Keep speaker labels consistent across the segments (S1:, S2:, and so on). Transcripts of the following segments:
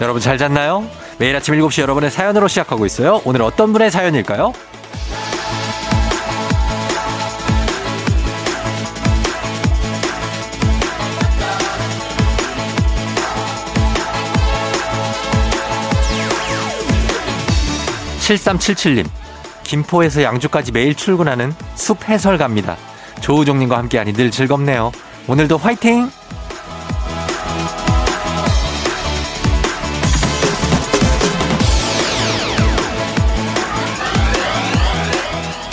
S1: 여러분 잘 잤나요? 매일 아침 7시 여러분의 사연으로 시작하고 있어요. 오늘 어떤 분의 사연일까요? 7377님. 김포에서 양주까지 매일 출근하는 숲 해설가입니다. 조우종님과 함께하니 늘 즐겁네요. 오늘도 화이팅!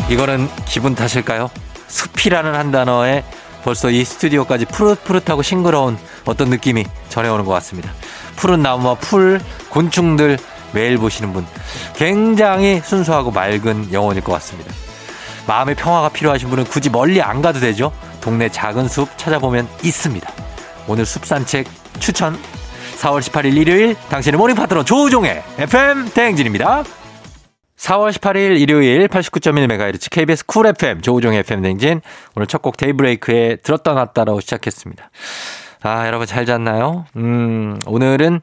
S1: 이거는 기분 탓일까요? 숲이라는 한 단어에 벌써 이 스튜디오까지 푸릇푸릇하고 싱그러운 어떤 느낌이 전해오는 것 같습니다. 푸른 나무와 풀, 곤충들 매일 보시는 분 굉장히 순수하고 맑은 영혼일 것 같습니다. 마음의 평화가 필요하신 분은 굳이 멀리 안 가도 되죠. 동네 작은 숲 찾아보면 있습니다. 오늘 숲 산책 추천 4월 18일 일요일 당신의 모닝 파트너 조우종의 FM 대행진입니다. 4월 18일 일요일 89.1MHz KBS 쿨 FM 조우종의 FM 댕진 오늘 첫 곡 데이브레이크의 들었다 놨다로 시작했습니다. 아 여러분 잘 잤나요? 음 오늘은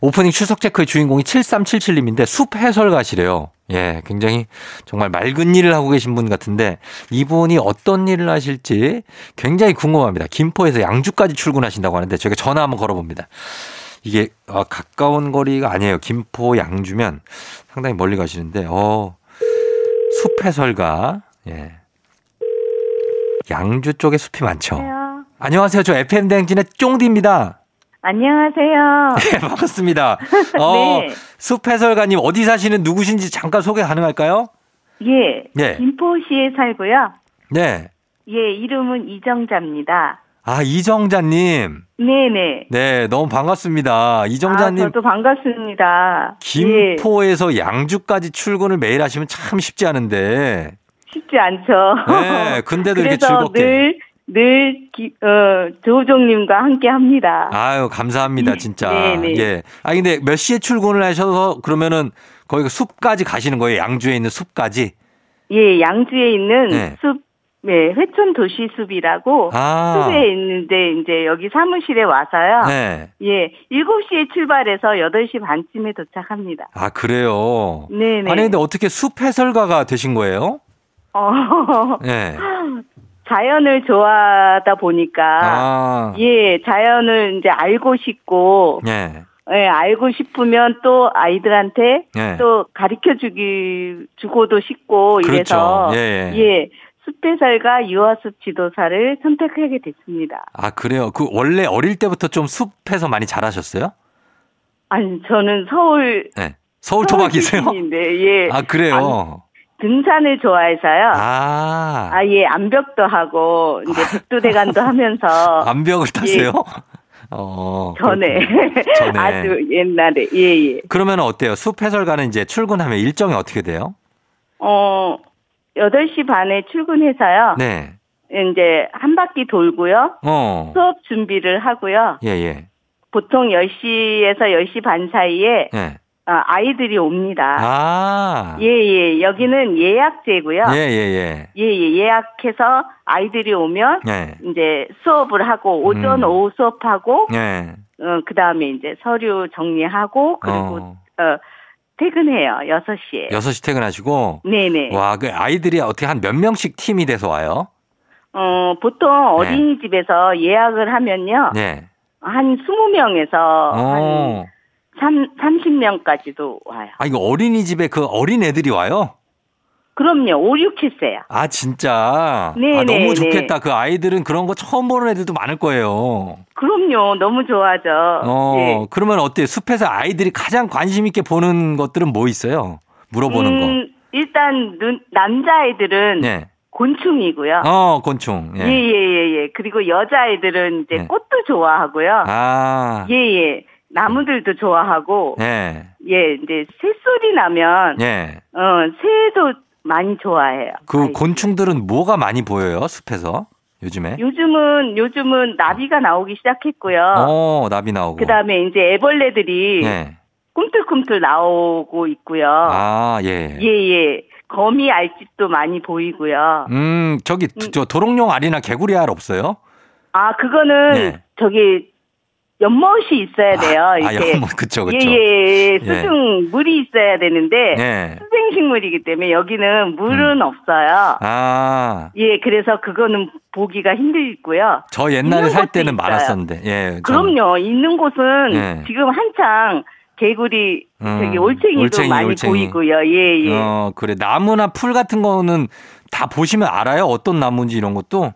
S1: 오프닝 출석 체크의 주인공이 7377님인데 숲 해설가시래요. 예, 굉장히 정말 맑은 일을 하고 계신 분 같은데 이분이 어떤 일을 하실지 굉장히 궁금합니다. 김포에서 양주까지 출근하신다고 하는데 저희가 전화 한번 걸어봅니다. 이게 아, 가까운 거리가 아니에요. 김포 양주면 상당히 멀리 가시는데 어 숲 해설가 예 양주 쪽에 숲이 많죠.
S2: 안녕하세요.
S1: 안녕하세요. 저 FM 대행진의 쫑디입니다.
S2: 안녕하세요.
S1: 네, 반갑습니다. 어,
S2: 네.
S1: 숲 해설가님 어디 사시는 누구신지 잠깐 소개 가능할까요?
S2: 예.
S1: 네.
S2: 김포시에 살고요.
S1: 네.
S2: 예, 이름은 이정자입니다.
S1: 아, 이정자님.
S2: 네네.
S1: 네, 너무 반갑습니다.
S2: 아,
S1: 이정자님,
S2: 저도 반갑습니다. 예,
S1: 김포에서 양주까지 출근을 매일 하시면 참 쉽지 않은데.
S2: 쉽지 않죠.
S1: 네, 근데도 이렇게
S2: 그래서
S1: 즐겁게.
S2: 늘, 늘, 기- 어, 조종님과 함께 합니다.
S1: 아유, 감사합니다, 진짜.
S2: 네, 네.
S1: 예. 아, 근데 몇 시에 출근을 하셔서 그러면은 거기 숲까지 가시는 거예요? 양주에 있는 숲까지?
S2: 예, 양주에 있는
S1: 네.
S2: 숲, 예, 회촌 어, 도시숲이라고
S1: 아.
S2: 숲에 있는데 이제 여기 사무실에 와서요.
S1: 네.
S2: 예, 7시에 출발해서 8시 반쯤에 도착합니다.
S1: 아, 그래요.
S2: 네네.
S1: 아니, 근데 어떻게 숲 해설가가 되신 거예요?
S2: 어,
S1: 네.
S2: 자연을 좋아하다 보니까
S1: 아.
S2: 예 자연을 이제 알고 싶고
S1: 예.
S2: 예 알고 싶으면 또 아이들한테
S1: 예.
S2: 또 가르쳐 주기 주고도 싶고
S1: 그렇죠.
S2: 이래서
S1: 예, 예.
S2: 숲배설과 유아숲 지도사를 선택하게 됐습니다.
S1: 아, 그래요. 그 원래 어릴 때부터 좀 숲에서 많이 자라셨어요?
S2: 아니 저는 서울
S1: 네. 서울 토박이세요?
S2: 출신인데 예
S1: 아, 그래요.
S2: 등산을 좋아해서요.
S1: 아.
S2: 아, 예, 암벽도 하고, 이제 백두대간도 하면서,
S1: 암벽을 타세요? 어.
S2: 예. 전에,
S1: 그렇군요. 전에.
S2: 아주 옛날에, 예, 예.
S1: 그러면 어때요? 숲 해설가는 이제 출근하면 일정이 어떻게 돼요?
S2: 어, 8시 반에 출근해서요.
S1: 네.
S2: 이제 한 바퀴 돌고요.
S1: 어.
S2: 수업 준비를 하고요.
S1: 예, 예.
S2: 보통 10시에서 10시 반 사이에
S1: 예.
S2: 아, 아이들이 옵니다.
S1: 아.
S2: 예, 예. 여기는 예약제고요.
S1: 예, 예,
S2: 예, 예. 예약해서 아이들이 오면
S1: 예. 예.
S2: 이제 수업을 하고 오전
S1: 음.
S2: 오후 수업하고
S1: 예.
S2: 어, 그다음에 이제 서류 정리하고 그리고 네.
S1: 어.
S2: 어, 퇴근해요. 6시에.
S1: 6시 퇴근하시고
S2: 네, 네.
S1: 와, 그 아이들이 어떻게 한 몇 명씩 팀이 돼서 와요?
S2: 어, 보통 어린이집에서 예약을 하면요.
S1: 네.
S2: 한 20명에서 한
S1: 어.
S2: 3, 30명까지도 와요.
S1: 아, 이거 어린이집에 그 어린 애들이 와요?
S2: 그럼요. 5, 6, 7세야.
S1: 아, 진짜.
S2: 네,
S1: 아, 너무
S2: 네, 어,
S1: 좋겠다. 그 아이들은 그런 거 처음 보는 애들도 많을 거예요.
S2: 그럼요. 너무 좋아하죠.
S1: 어,
S2: 예.
S1: 그러면 어때요? 숲에서 아이들이 가장 관심 있게 보는 것들은 뭐 있어요? 물어보는 거.
S2: 음, 일단 눈, 남자아이들은
S1: 네.
S2: 곤충이고요.
S1: 어, 곤충. 예.
S2: 아. 예, 예, 예, 예. 그리고 여자아이들은 이제
S1: 네.
S2: 꽃도 좋아하고요.
S1: 아.
S2: 예, 예. 나무들도 좋아하고,
S1: 예.
S2: 예, 이제 새소리 나면,
S1: 예.
S2: 어, 새도 많이 좋아해요.
S1: 그
S2: 아이들이.
S1: 곤충들은 뭐가 많이 보여요? 숲에서? 요즘에?
S2: 요즘은 요즘은 나비가 나오기 시작했고요.
S1: 네? 어, 나비 나오고.
S2: 그다음에 이제 애벌레들이
S1: 예.
S2: 꿈틀꿈틀 나오고 있고요.
S1: 아, 예.
S2: 어. 예, 예. 거미 알집도 많이 보이고요.
S1: 음, 저기 저 도롱뇽 알이나 개구리 알 없어요?
S2: 아, 그거는
S1: 네.
S2: 저기 연못이 있어야 네, 돼요.
S1: 아,
S2: 이렇게.
S1: 연못 그쵸 그쵸.
S2: 예예 수중 물이 있어야 되는데
S1: 예.
S2: 수생식물이기 때문에 여기는
S1: 음.
S2: 물은 없어요.
S1: 아,
S2: 예, 그래서 그거는 보기가 힘들고요.
S1: 저 옛날에
S2: 있는
S1: 살
S2: 곳도
S1: 때는
S2: 있어요.
S1: 많았었는데. 예. 저는-
S2: 그럼요. 있는 곳은
S1: 예.
S2: 지금 한창 개구리
S1: 음,
S2: 저기 올챙이도
S1: 올챙이,
S2: 많이
S1: 올챙이.
S2: 보이고요. 예, 예.
S1: 어, 그래. 나무나 풀 같은 거는 다 보시면 알아요. 어떤 나무인지 이런 것도.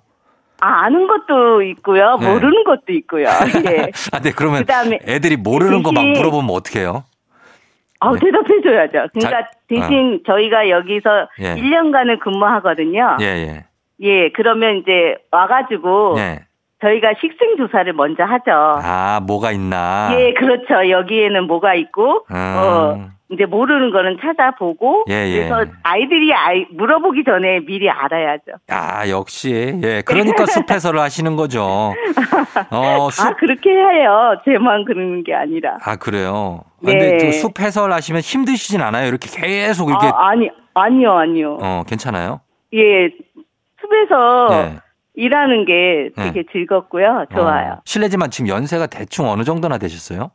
S2: 아, 아는 것도 있고요.
S1: 네.
S2: 모르는 것도 있고요. 예.
S1: 아, 네. 그러면
S2: 그다음에
S1: 애들이 모르는 거 막
S2: 대신-
S1: 물어보면 어떡해요?
S2: 아,
S1: 네.
S2: 대답해 줘야죠. 그러니까
S1: 자-
S2: 대신 저희가 여기서
S1: 예.
S2: 1년간을 근무하거든요.
S1: 예, 예.
S2: 예, 그러면 이제 와가지고
S1: 예.
S2: 저희가 식생 조사를 먼저 하죠.
S1: 아, 뭐가 있나.
S2: 어. 예, 그렇죠. 여기에는 뭐가 있고,
S1: 아.
S2: 어, 이제 모르는 거는 찾아보고,
S1: 예, 예.
S2: 그래서 아이들이 아이, 물어보기 전에 미리 알아야죠.
S1: 아, 역시. 예. 그러니까 숲 해설을 하시는 거죠. 어, 숲.
S2: 아, 그렇게 해요. 제만 그러는 게 아니라.
S1: 아, 그래요.
S2: 네.
S1: 근데 그숲 해설 하시면 힘드시진 않아요? 이렇게 계속 이렇게.
S2: 아, 아니, 아니요, 아니요.
S1: 어, 괜찮아요?
S2: 예, 숲에서
S1: 네.
S2: 일하는 게 되게 즐겁고요. 어, 좋아요.
S1: 어, 실례지만 지금 연세가 대충 어느 정도나 되셨어요?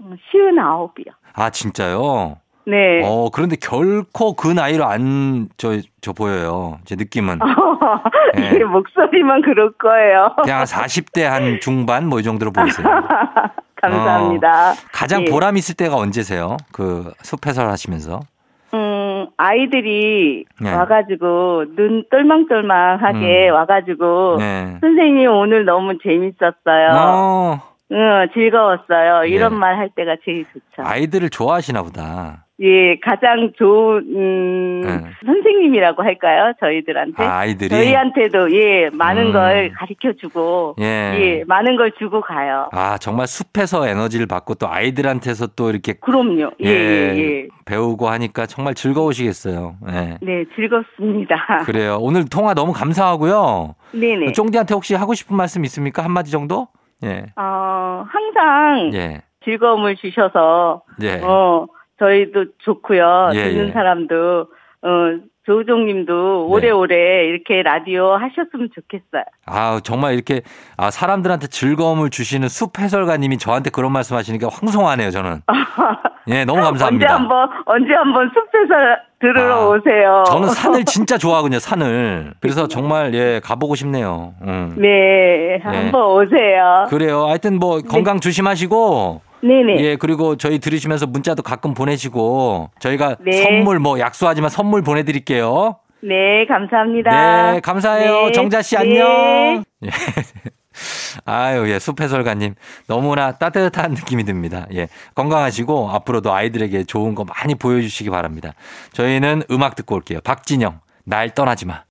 S2: 음, 쉬운 아홉이요.
S1: 아, 진짜요?
S2: 네.
S1: 어, 그런데 결코 그 나이로 안, 저, 저 보여요. 제 느낌은. 네.
S2: 예, 목소리만 그럴 거예요.
S1: 그냥 한 40대 한 중반 뭐 이 정도로 보이세요.
S2: 감사합니다.
S1: 가장
S2: 예.
S1: 보람 있을 때가 언제세요? 그 숲해설 하시면서.
S2: 음, 아이들이
S1: 네. 음.
S2: 와가지고 눈 똘망똘망하게 와가지고
S1: 네.
S2: 선생님 오늘 너무 재밌었어요.
S1: 어,
S2: 응, 즐거웠어요. 이런
S1: 예.
S2: 말 할 때가 제일 좋죠.
S1: 아이들을 좋아하시나 보다.
S2: 예, 가장 좋은 음,
S1: 네.
S2: 선생님이라고 할까요? 네? 저희들한테.
S1: 아, 이들이
S2: 저희한테도 예 많은
S1: 음.
S2: 걸 가르쳐 주고
S1: 예.
S2: 예 많은 걸 주고 가요.
S1: 아, 정말 숲에서 에너지를 받고 또 아이들한테서 또 이렇게
S2: 그럼요. 예, 예, 예.
S1: 배우고 하니까 정말 즐거우시겠어요. 예.
S2: 네, 즐겁습니다.
S1: 그래요. 오늘 통화 너무 감사하고요.
S2: 네네.
S1: 쫑디한테 혹시 하고 싶은 말씀 있습니까? 한마디 정도? 예.
S2: 어, 항상
S1: 예.
S2: 즐거움을 주셔서
S1: 예.
S2: 어, 저희도 좋고요.
S1: 예,
S2: 듣는
S1: 예.
S2: 사람도 어, 조우종님도
S1: 네.
S2: 오래오래 이렇게 라디오 하셨으면 좋겠어요.
S1: 아, 정말 이렇게 아, 사람들한테 즐거움을 주시는 숲 해설가님이 저한테 그런 말씀 하시니까 황송하네요, 저는. 예, 너무
S2: 언제
S1: 감사합니다.
S2: 한번 언제 한번 숲에서 들으러
S1: 아,
S2: 오세요.
S1: 저는 산을 진짜 좋아하거든요, 산을. 그래서 정말 예, 가보고 싶네요. 음.
S2: 네, 한번 오세요.
S1: 그래요. 하여튼 뭐
S2: 네.
S1: 건강 조심하시고
S2: 네네.
S1: 예, 그리고 저희 들으시면서 문자도 가끔 보내시고 저희가
S2: 네.
S1: 선물 뭐 약속하지만 선물 보내 드릴게요.
S2: 네, 감사합니다.
S1: 네, 감사해요.
S2: 네,
S1: 정자 씨
S2: 네.
S1: 안녕. 예. 아유, 예, 숲해설가님. 너무나 따뜻한 느낌이 듭니다. 예. 건강하시고 앞으로도 아이들에게 좋은 거 많이 보여주시기 바랍니다. 저희는 음악 듣고 올게요. 박진영, 날 떠나지 마.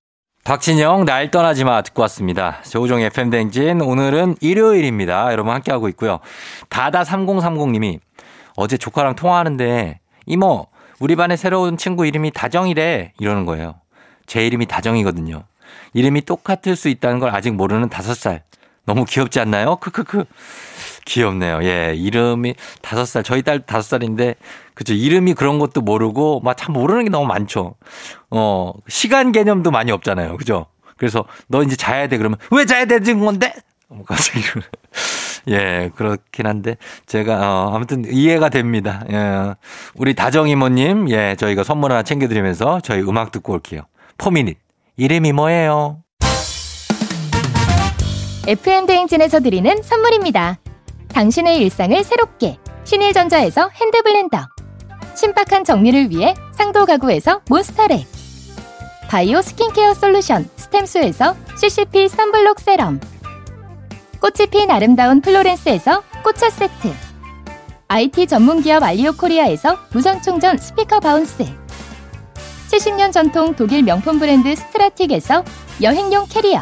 S1: 박진영, 날 떠나지 마 듣고 왔습니다. 조우종 FM댕진, 오늘은 일요일입니다. 여러분 함께하고 있고요. 다다3030님이 어제 조카랑 통화하는데, 이모, 우리 반에 새로운 친구 이름이 다정이래. 이러는 거예요. 제 이름이 다정이거든요. 이름이 똑같을 수 있다는 걸 아직 모르는 다섯 살. 너무 귀엽지 않나요? 크크크. 귀엽네요. 예. 이름이 다섯 살. 저희 딸 다섯 살인데, 그죠. 이름이 그런 것도 모르고, 막 참 모르는 게 너무 많죠. 어, 시간 개념도 많이 없잖아요. 그죠. 그래서 너 이제 자야 돼. 그러면 왜 자야 되는 건데? 어, 갑자기. 이러면. 예, 그렇긴 한데, 제가, 어, 아무튼 이해가 됩니다. 예. 우리 다정이모님, 예, 저희가 선물 하나 챙겨드리면서 저희 음악 듣고 올게요. 포미닛. 이름이 뭐예요?
S3: FM 대행진에서 드리는 선물입니다. 당신의 일상을 새롭게 신일전자에서 핸드블렌더 신박한 정리를 위해 상도 가구에서 몬스터렉 바이오 스킨케어 솔루션 스템수에서 CCP 선블록 세럼 꽃이 핀 아름다운 플로렌스에서 꽃차 세트 IT 전문 기업 알리오 코리아에서 무선 충전 스피커 바운스 70년 전통 독일 명품 브랜드 스트라틱에서 여행용 캐리어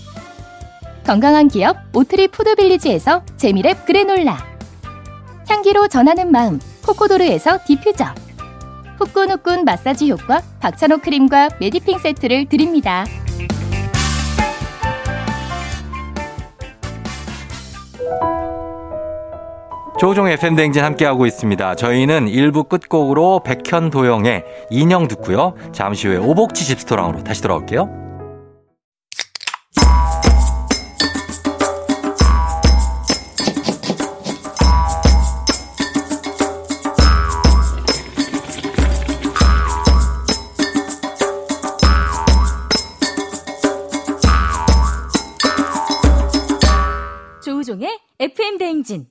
S3: 건강한 기업 오트리 푸드빌리지에서 재미랩 그래놀라 향기로 전하는 마음 코코도르에서 디퓨저 후끈후끈 마사지 효과 박찬호 크림과 메디핑 세트를 드립니다.
S1: 조종 FM 댕진 함께하고 있습니다. 저희는 1부 끝곡으로 백현도영의 인형 듣고요. 잠시 후에 오복치 집스토랑으로 다시 돌아올게요.
S4: 조우종의 FM 대행진.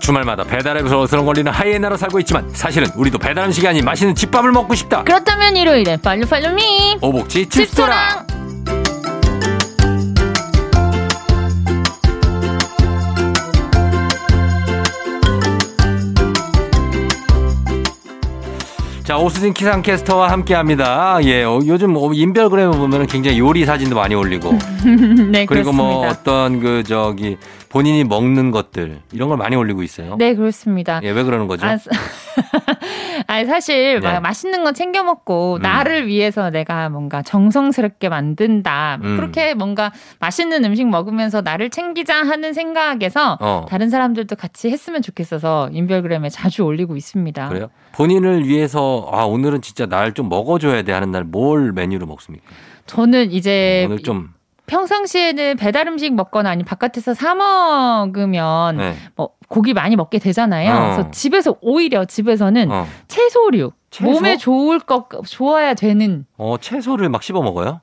S1: 주말마다 배달앱 소스런 걸리는 하이에나로 살고 있지만 사실은 우리도 배달 음식이 아닌 맛있는 집밥을 먹고 싶다.
S5: 그렇다면 일요일에 빨리 빨리 미
S1: 오복치 집스토랑. 자, 오수진 키상캐스터와 함께 합니다. 예, 어, 요즘 어, 인별그램을 보면 굉장히 요리 사진도 많이 올리고
S5: 네,
S1: 그리고
S5: 그렇습니다.
S1: 뭐 어떤 그 저기 본인이 먹는 것들 이런 걸 많이 올리고 있어요.
S5: 네, 그렇습니다.
S1: 예, 왜 그러는 거죠?
S5: 아, 사- 아니, 사실
S1: 네.
S5: 막 맛있는 거 챙겨 먹고
S1: 음.
S5: 나를 위해서 내가 뭔가 정성스럽게 만든다.
S1: 음.
S5: 그렇게 뭔가 맛있는 음식 먹으면서 나를 챙기자 하는 생각에서
S1: 어.
S5: 다른 사람들도 같이 했으면 좋겠어서 인별그램에 자주 올리고 있습니다.
S1: 그래요? 본인을 위해서 아 오늘은 진짜 날 좀 먹어줘야 돼 하는 날 뭘 메뉴로 먹습니까?
S5: 저는 이제
S1: 네, 오늘 좀
S5: 평상시에는 배달 음식 먹거나 아니면 바깥에서 사 먹으면
S1: 네.
S5: 뭐 고기 많이 먹게 되잖아요.
S1: 어.
S5: 그래서 집에서 오히려 집에서는
S1: 어.
S5: 채소류
S1: 채소?
S5: 몸에 좋을 것 좋아야 되는
S1: 어, 채소를 막 씹어 먹어요?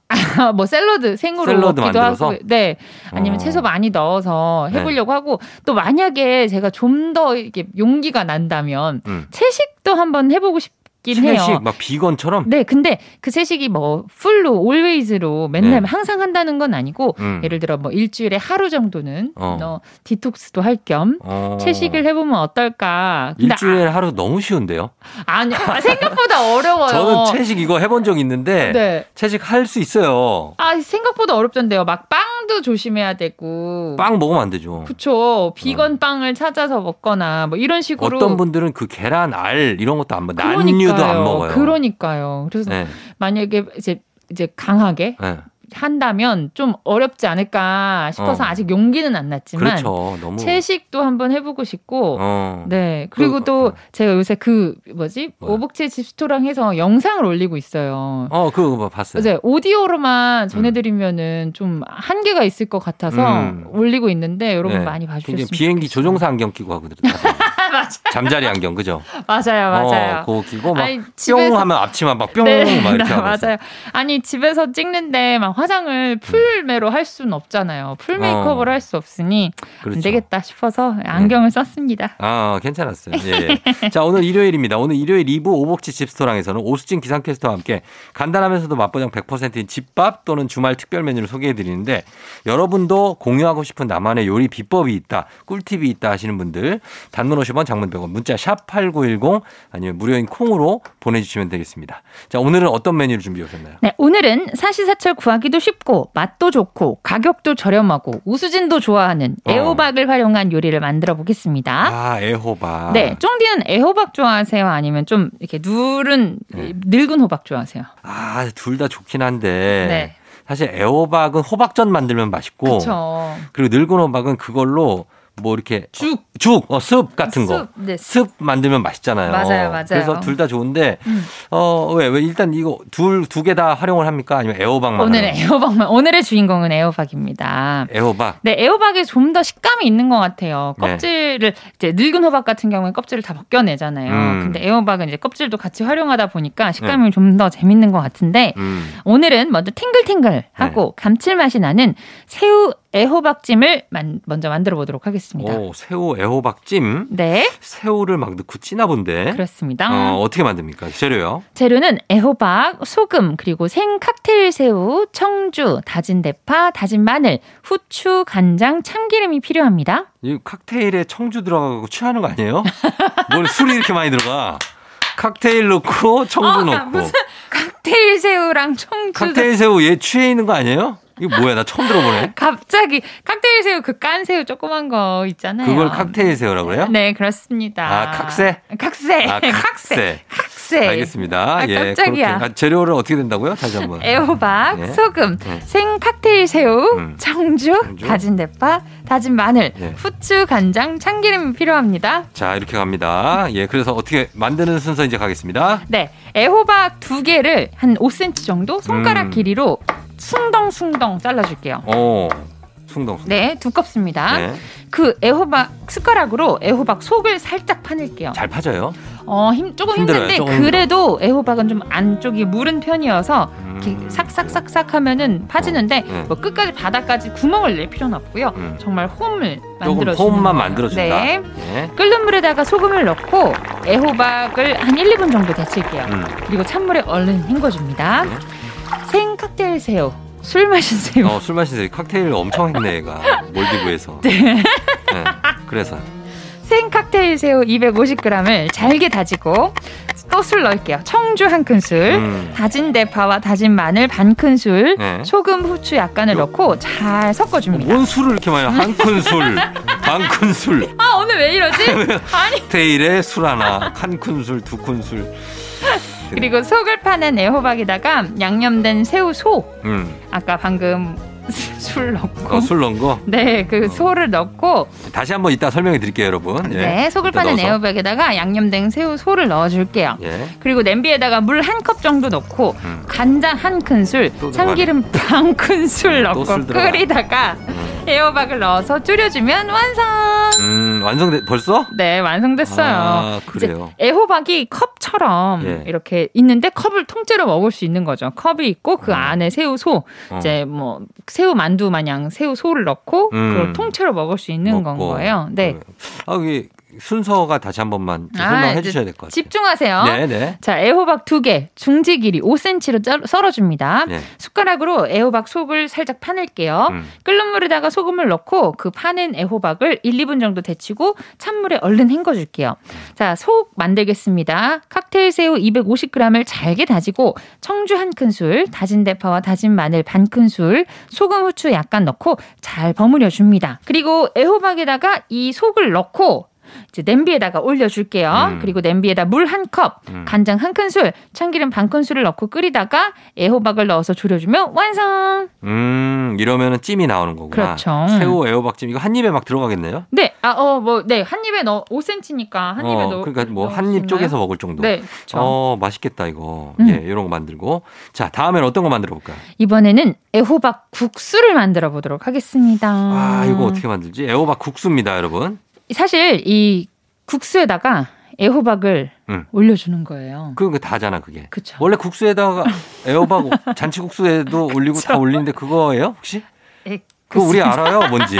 S5: 뭐 샐러드 생으로
S1: 샐러드
S5: 먹기도
S1: 만들어서?
S5: 하고 네 아니면
S1: 어. 네.
S5: 채소 많이 넣어서 해보려고 하고 또 만약에 제가 좀 더 이렇게 용기가 난다면
S1: 음.
S5: 채식도 한번 해보고 싶긴 해요.
S1: 채식 막 비건처럼.
S5: 네, 근데 그 채식이 뭐 풀로 올웨이즈로 맨날
S1: 네.
S5: 항상 한다는 건 아니고
S1: 음.
S5: 예를 들어 뭐 일주일에 하루 정도는
S1: 어.
S5: 어, 디톡스도 할 겸
S1: 어.
S5: 채식을 해보면 어떨까. 근데
S1: 일주일에 하루 너무 쉬운데요.
S5: 아, 아니 아, 생각보다 어려워요.
S1: 저는 채식 이거 해본 적 있는데
S5: 네.
S1: 채식 할 수 있어요.
S5: 아 생각보다 어렵던데요. 막 빵도 조심해야 되고.
S1: 빵 먹으면 안 되죠.
S5: 그쵸. 비건 빵을 찾아서 먹거나 뭐 이런 식으로.
S1: 어떤 분들은 그 계란 알 이런 것도 안 먹어요.
S5: 그러니까요.
S1: 난류도 안 먹어요.
S5: 그러니까요. 그래서
S1: 네,
S5: 만약에 이제 이제 강하게
S1: 네.
S5: 한다면 좀 어렵지 않을까 싶어서
S1: 어.
S5: 아직 용기는 안 났지만
S1: 그렇죠. 너무
S5: 채식도 한번 해보고 싶고.
S1: 어.
S5: 네. 그리고
S1: 그-
S5: 또 제가 요새 그 뭐지?
S1: 뭐야?
S5: 오복채 집스토랑 해서 영상을 올리고 있어요.
S1: 어, 그거 뭐 봤어요.
S5: 이제 오디오로만 전해드리면은 좀 한계가 있을 것 같아서
S1: 음.
S5: 올리고 있는데 여러분
S1: 네.
S5: 많이 봐주셨으면
S1: 굉장히 비행기 조종사 안경 끼고 하거든요.
S5: 맞아.
S1: 잠자리 안경 그죠?
S5: 맞아요, 맞아요.
S1: 어, 그거 끼고 막
S5: 아니,
S1: 뿅
S5: 집에서-
S1: 하면 앞치마 막 뿅 막
S5: 네,
S1: 이렇게 하면서.
S5: 나-
S1: 음.
S5: 맞아요. 아니 집에서 찍는데 막 화장을 풀매로 할 수는 없잖아요. 풀 메이크업을
S1: 어.
S5: 할 수 없으니
S1: 그렇죠. 네.
S5: 안 되겠다 싶어서 안경을 썼습니다.
S1: 아, 괜찮았어요. 예, 예. 자, 오늘 일요일입니다. 오늘 일요일 2부 오복지 집스토랑에서는 오수진 기상캐스터와 함께 간단하면서도 맛보장 100%인 집밥 또는 주말 특별 메뉴를 소개해 드리는데 여러분도 공유하고 싶은 나만의 요리 비법이 있다, 꿀팁이 있다 하시는 분들 단문 50원, 장문 100원, 문자 샵 8910 아니면 무료인 콩으로 보내주시면 되겠습니다. 자, 오늘은 어떤 메뉴를 준비해 오셨나요?
S5: 네, 오늘은 사시사철 구하기도 쉽고 맛도 좋고 가격도 저렴하고 우수진도 좋아하는
S1: 어.
S5: 애호박을 활용한 요리를 만들어 보겠습니다.
S1: 아, 애호박.
S5: 네, 쫑디는 애호박 좋아하세요? 아니면 좀 이렇게 누른
S1: 네.
S5: 늙은 호박 좋아하세요?
S1: 아, 둘 다 좋긴 한데. 사실 애호박은 호박전 만들면 맛있고
S5: 네. 그쵸.
S1: 리고 늙은 호박은 그걸로 뭐 이렇게
S5: 죽.
S1: 죽, 어, 습 같은 거.
S5: 습, 네.
S1: 습 만들면 맛있잖아요.
S5: 맞아요, 맞아요.
S1: 그래서 둘 다 좋은데
S5: 음.
S1: 어, 왜, 왜 일단 이거 둘 두 개 다 활용을 합니까? 아니면 애호박만
S5: 오늘의
S1: 하나요?
S5: 애호박만 오늘의 주인공은 애호박입니다.
S1: 애호박.
S5: 네, 애호박이 좀 더 식감이 있는 것 같아요.
S1: 네.
S5: 껍질을 이제 늙은 호박 같은 경우에 껍질을 다 벗겨내잖아요.
S1: 음. 네.
S5: 근데 애호박은 이제 껍질도 같이 활용하다 보니까 식감이 좀 더 재밌는 것 같은데
S1: 음.
S5: 오늘은 먼저
S1: 네.
S5: 탱글탱글하고 감칠맛이 나는 새우 애호박찜을 만- 먼저 만들어 보도록 하겠습니다.
S1: 오, 새우 애호박찜.
S5: 네,
S1: 새우를 막 넣고 찌나 본데.
S5: 그렇죠. 그렇습니다.
S1: 어, 어떻게 만듭니까? 재료요?
S5: 재료는 애호박, 소금, 그리고 생 칵테일 새우, 청주, 다진 대파, 다진 마늘, 후추, 간장, 참기름이 필요합니다.
S1: 이 칵테일에 청주 들어가고 취하는 거 아니에요? 뭘 술이 이렇게 많이 들어가? 칵테일 넣고 청주
S5: 아,
S1: 넣고.
S5: 무슨 그 칵테일 새우랑 청주.
S1: 칵테일 새우 얘 취해 있는 거 아니에요? 이거 뭐야? 나 처음 들어보네.
S5: 갑자기 칵테일 새우 그 깐 새우 조그만 거 있잖아요.
S1: 그걸 칵테일 새우라고 그래요?
S5: 네, 그렇습니다.
S1: 아, 칵세?
S5: 칵세.
S1: 아,
S5: 칵세.
S1: 칵세.
S5: 칵세.
S1: 알겠습니다.
S5: 아,
S1: 예.
S5: 깜짝이야.
S1: 그렇게. 아, 재료를 어떻게 된다고요? 다시 한번.
S5: 애호박,
S1: 네.
S5: 소금,
S1: 네.
S5: 생 칵테일 새우,
S1: 음.
S5: 청주,
S1: 청주.
S5: 다진 대파, 다진 마늘,
S1: 네.
S5: 후추, 간장, 참기름이 필요합니다.
S1: 자, 이렇게 갑니다. 예. 그래서 어떻게 만드는 순서 이제 가겠습니다.
S5: 네, 애호박 두 개를 한 5cm 정도 손가락
S1: 음.
S5: 길이로 숭덩숭덩 잘라줄게요.
S1: 오. 숭덩.
S5: 네, 두껍습니다.
S1: 네.
S5: 그 애호박 숟가락으로 애호박 속을 살짝 파낼게요.
S1: 잘 파져요.
S5: 어, 힘, 조금
S1: 힘들어요,
S5: 힘든데
S1: 조금
S5: 그래도 애호박은 좀 안쪽이 무른 편이어서
S1: 음.
S5: 이렇게 삭삭삭삭 하면은 파지는데
S1: 네.
S5: 뭐 끝까지 바닥까지 구멍을 낼 필요는 없고요.
S1: 음.
S5: 정말 홈을
S1: 조금
S5: 만들어
S1: 호흡만 만들어준다.
S5: 네.
S1: 네.
S5: 끓는 물에다가 소금을 넣고 애호박을 한 1, 2분 정도 데칠게요.
S1: 음.
S5: 그리고 찬물에 얼른 헹궈줍니다.
S1: 네.
S5: 생 칵테일 새우, 술 마신 새우.
S1: 어, 술 마신 새우 칵테일 엄청 했네, 얘가. 몰디브에서. 네. 그래서.
S5: 생 칵테일 새우 250g을 잘게 다지고 또 술 넣을게요. 청주 한 큰술,
S1: 음.
S5: 다진 대파와 다진 마늘 반 큰술,
S1: 네.
S5: 소금, 후추 약간을
S1: 요- 뭐?
S5: 넣고 잘 섞어줍니다.
S1: 뭔 술을 이렇게 많이 한 큰술, 반 큰술,
S5: 아 오늘 왜 이러지?
S1: 네.
S5: 아니
S1: 테일에 술 하나, 한 큰술, 두 큰술.
S5: 그리고 속을 파낸 애호박에다가 양념된 새우 소
S1: 음,
S5: 아까 방금 술 넣고
S1: 어, 술 넣은 거
S5: 네 그 소를 넣고
S1: 다시 한번 이따 설명해 드릴게요, 여러분. 예.
S5: 네 속을
S1: 이따
S5: 파낸
S1: 넣어서.
S5: 애호박에다가 양념된 새우 소를 넣어줄게요.
S1: 예.
S5: 그리고 냄비에다가 물 한 컵 정도 넣고
S1: 음.
S5: 간장 한 큰술,
S1: 또 들어가네. 네,
S5: 참기름 반 큰술
S1: 또술
S5: 넣고
S1: 들어가.
S5: 끓이다가
S1: 음.
S5: 애호박을 넣어서 졸여주면 완성.
S1: 음, 완성돼 벌써?
S5: 네 완성됐어요.
S1: 아, 그래요.
S5: 이제 애호박이 컵처럼
S1: 예.
S5: 이렇게 있는데 컵을 통째로 먹을 수 있는 거죠. 컵이 있고 그
S1: 음.
S5: 안에 새우 소,
S1: 어.
S5: 이제 뭐 새우 만두 마냥 새우 소를 넣고
S1: 음.
S5: 그걸 통째로 먹을 수 있는 건
S1: 먹고.
S5: 거예요. 네. 아,
S1: 아, 여기 순서가 다시 한 번만 좀 설명해
S5: 이제
S1: 주셔야 될 것 같아요.
S5: 집중하세요.
S1: 네, 네.
S5: 자, 애호박 두 개, 중지 길이 5cm로 썰- 썰어줍니다.
S1: 네.
S5: 숟가락으로 애호박 속을 살짝 파낼게요.
S1: 음.
S5: 끓는 물에다가 소금을 넣고 그 파낸 애호박을 1, 2분 정도 데치고 찬물에 얼른 헹궈줄게요. 자, 속 만들겠습니다. 칵테일 새우 250g을 잘게 다지고 청주 한 큰술, 다진 대파와 다진 마늘 반 큰술, 소금 후추 약간 넣고 잘 버무려 줍니다. 그리고 애호박에다가 이 속을 넣고 이제 냄비에다가 올려줄게요.
S1: 음.
S5: 그리고 냄비에다 물 한 컵,
S1: 음.
S5: 간장 한 큰술, 참기름 반 큰술을 넣고 끓이다가 애호박을 넣어서 졸여주면 완성.
S1: 음, 이러면은 찜이 나오는 거구나.
S5: 그렇죠.
S1: 새우 애호박찜 이거 한 입에 막 들어가겠네요.
S5: 네, 아, 어, 뭐, 네, 한 입에 넣어, 5cm니까 한 입에
S1: 어,
S5: 넣어.
S1: 그러니까 뭐
S5: 넣을
S1: 한
S5: 수
S1: 입
S5: 있나요?
S1: 쪼개서 먹을 정도.
S5: 네, 그렇죠.
S1: 어, 맛있겠다 이거.
S5: 음.
S1: 예, 이런 거 만들고. 자, 다음엔 어떤 거 만들어 볼까요?
S5: 이번에는 애호박 국수를 만들어 보도록 하겠습니다.
S1: 아,
S5: 음.
S1: 이거 어떻게 만들지? 애호박 국수입니다, 여러분.
S5: 사실 이 국수에다가 애호박을
S1: 음.
S5: 올려주는 거예요.
S1: 그거 다잖아, 그게.
S5: 그쵸.
S1: 원래 국수에다가 애호박 잔치국수에도 올리고 다 올리는데 그거예요, 혹시?
S5: 에,
S1: 그거 우리
S5: 국수.
S1: 알아요, 뭔지.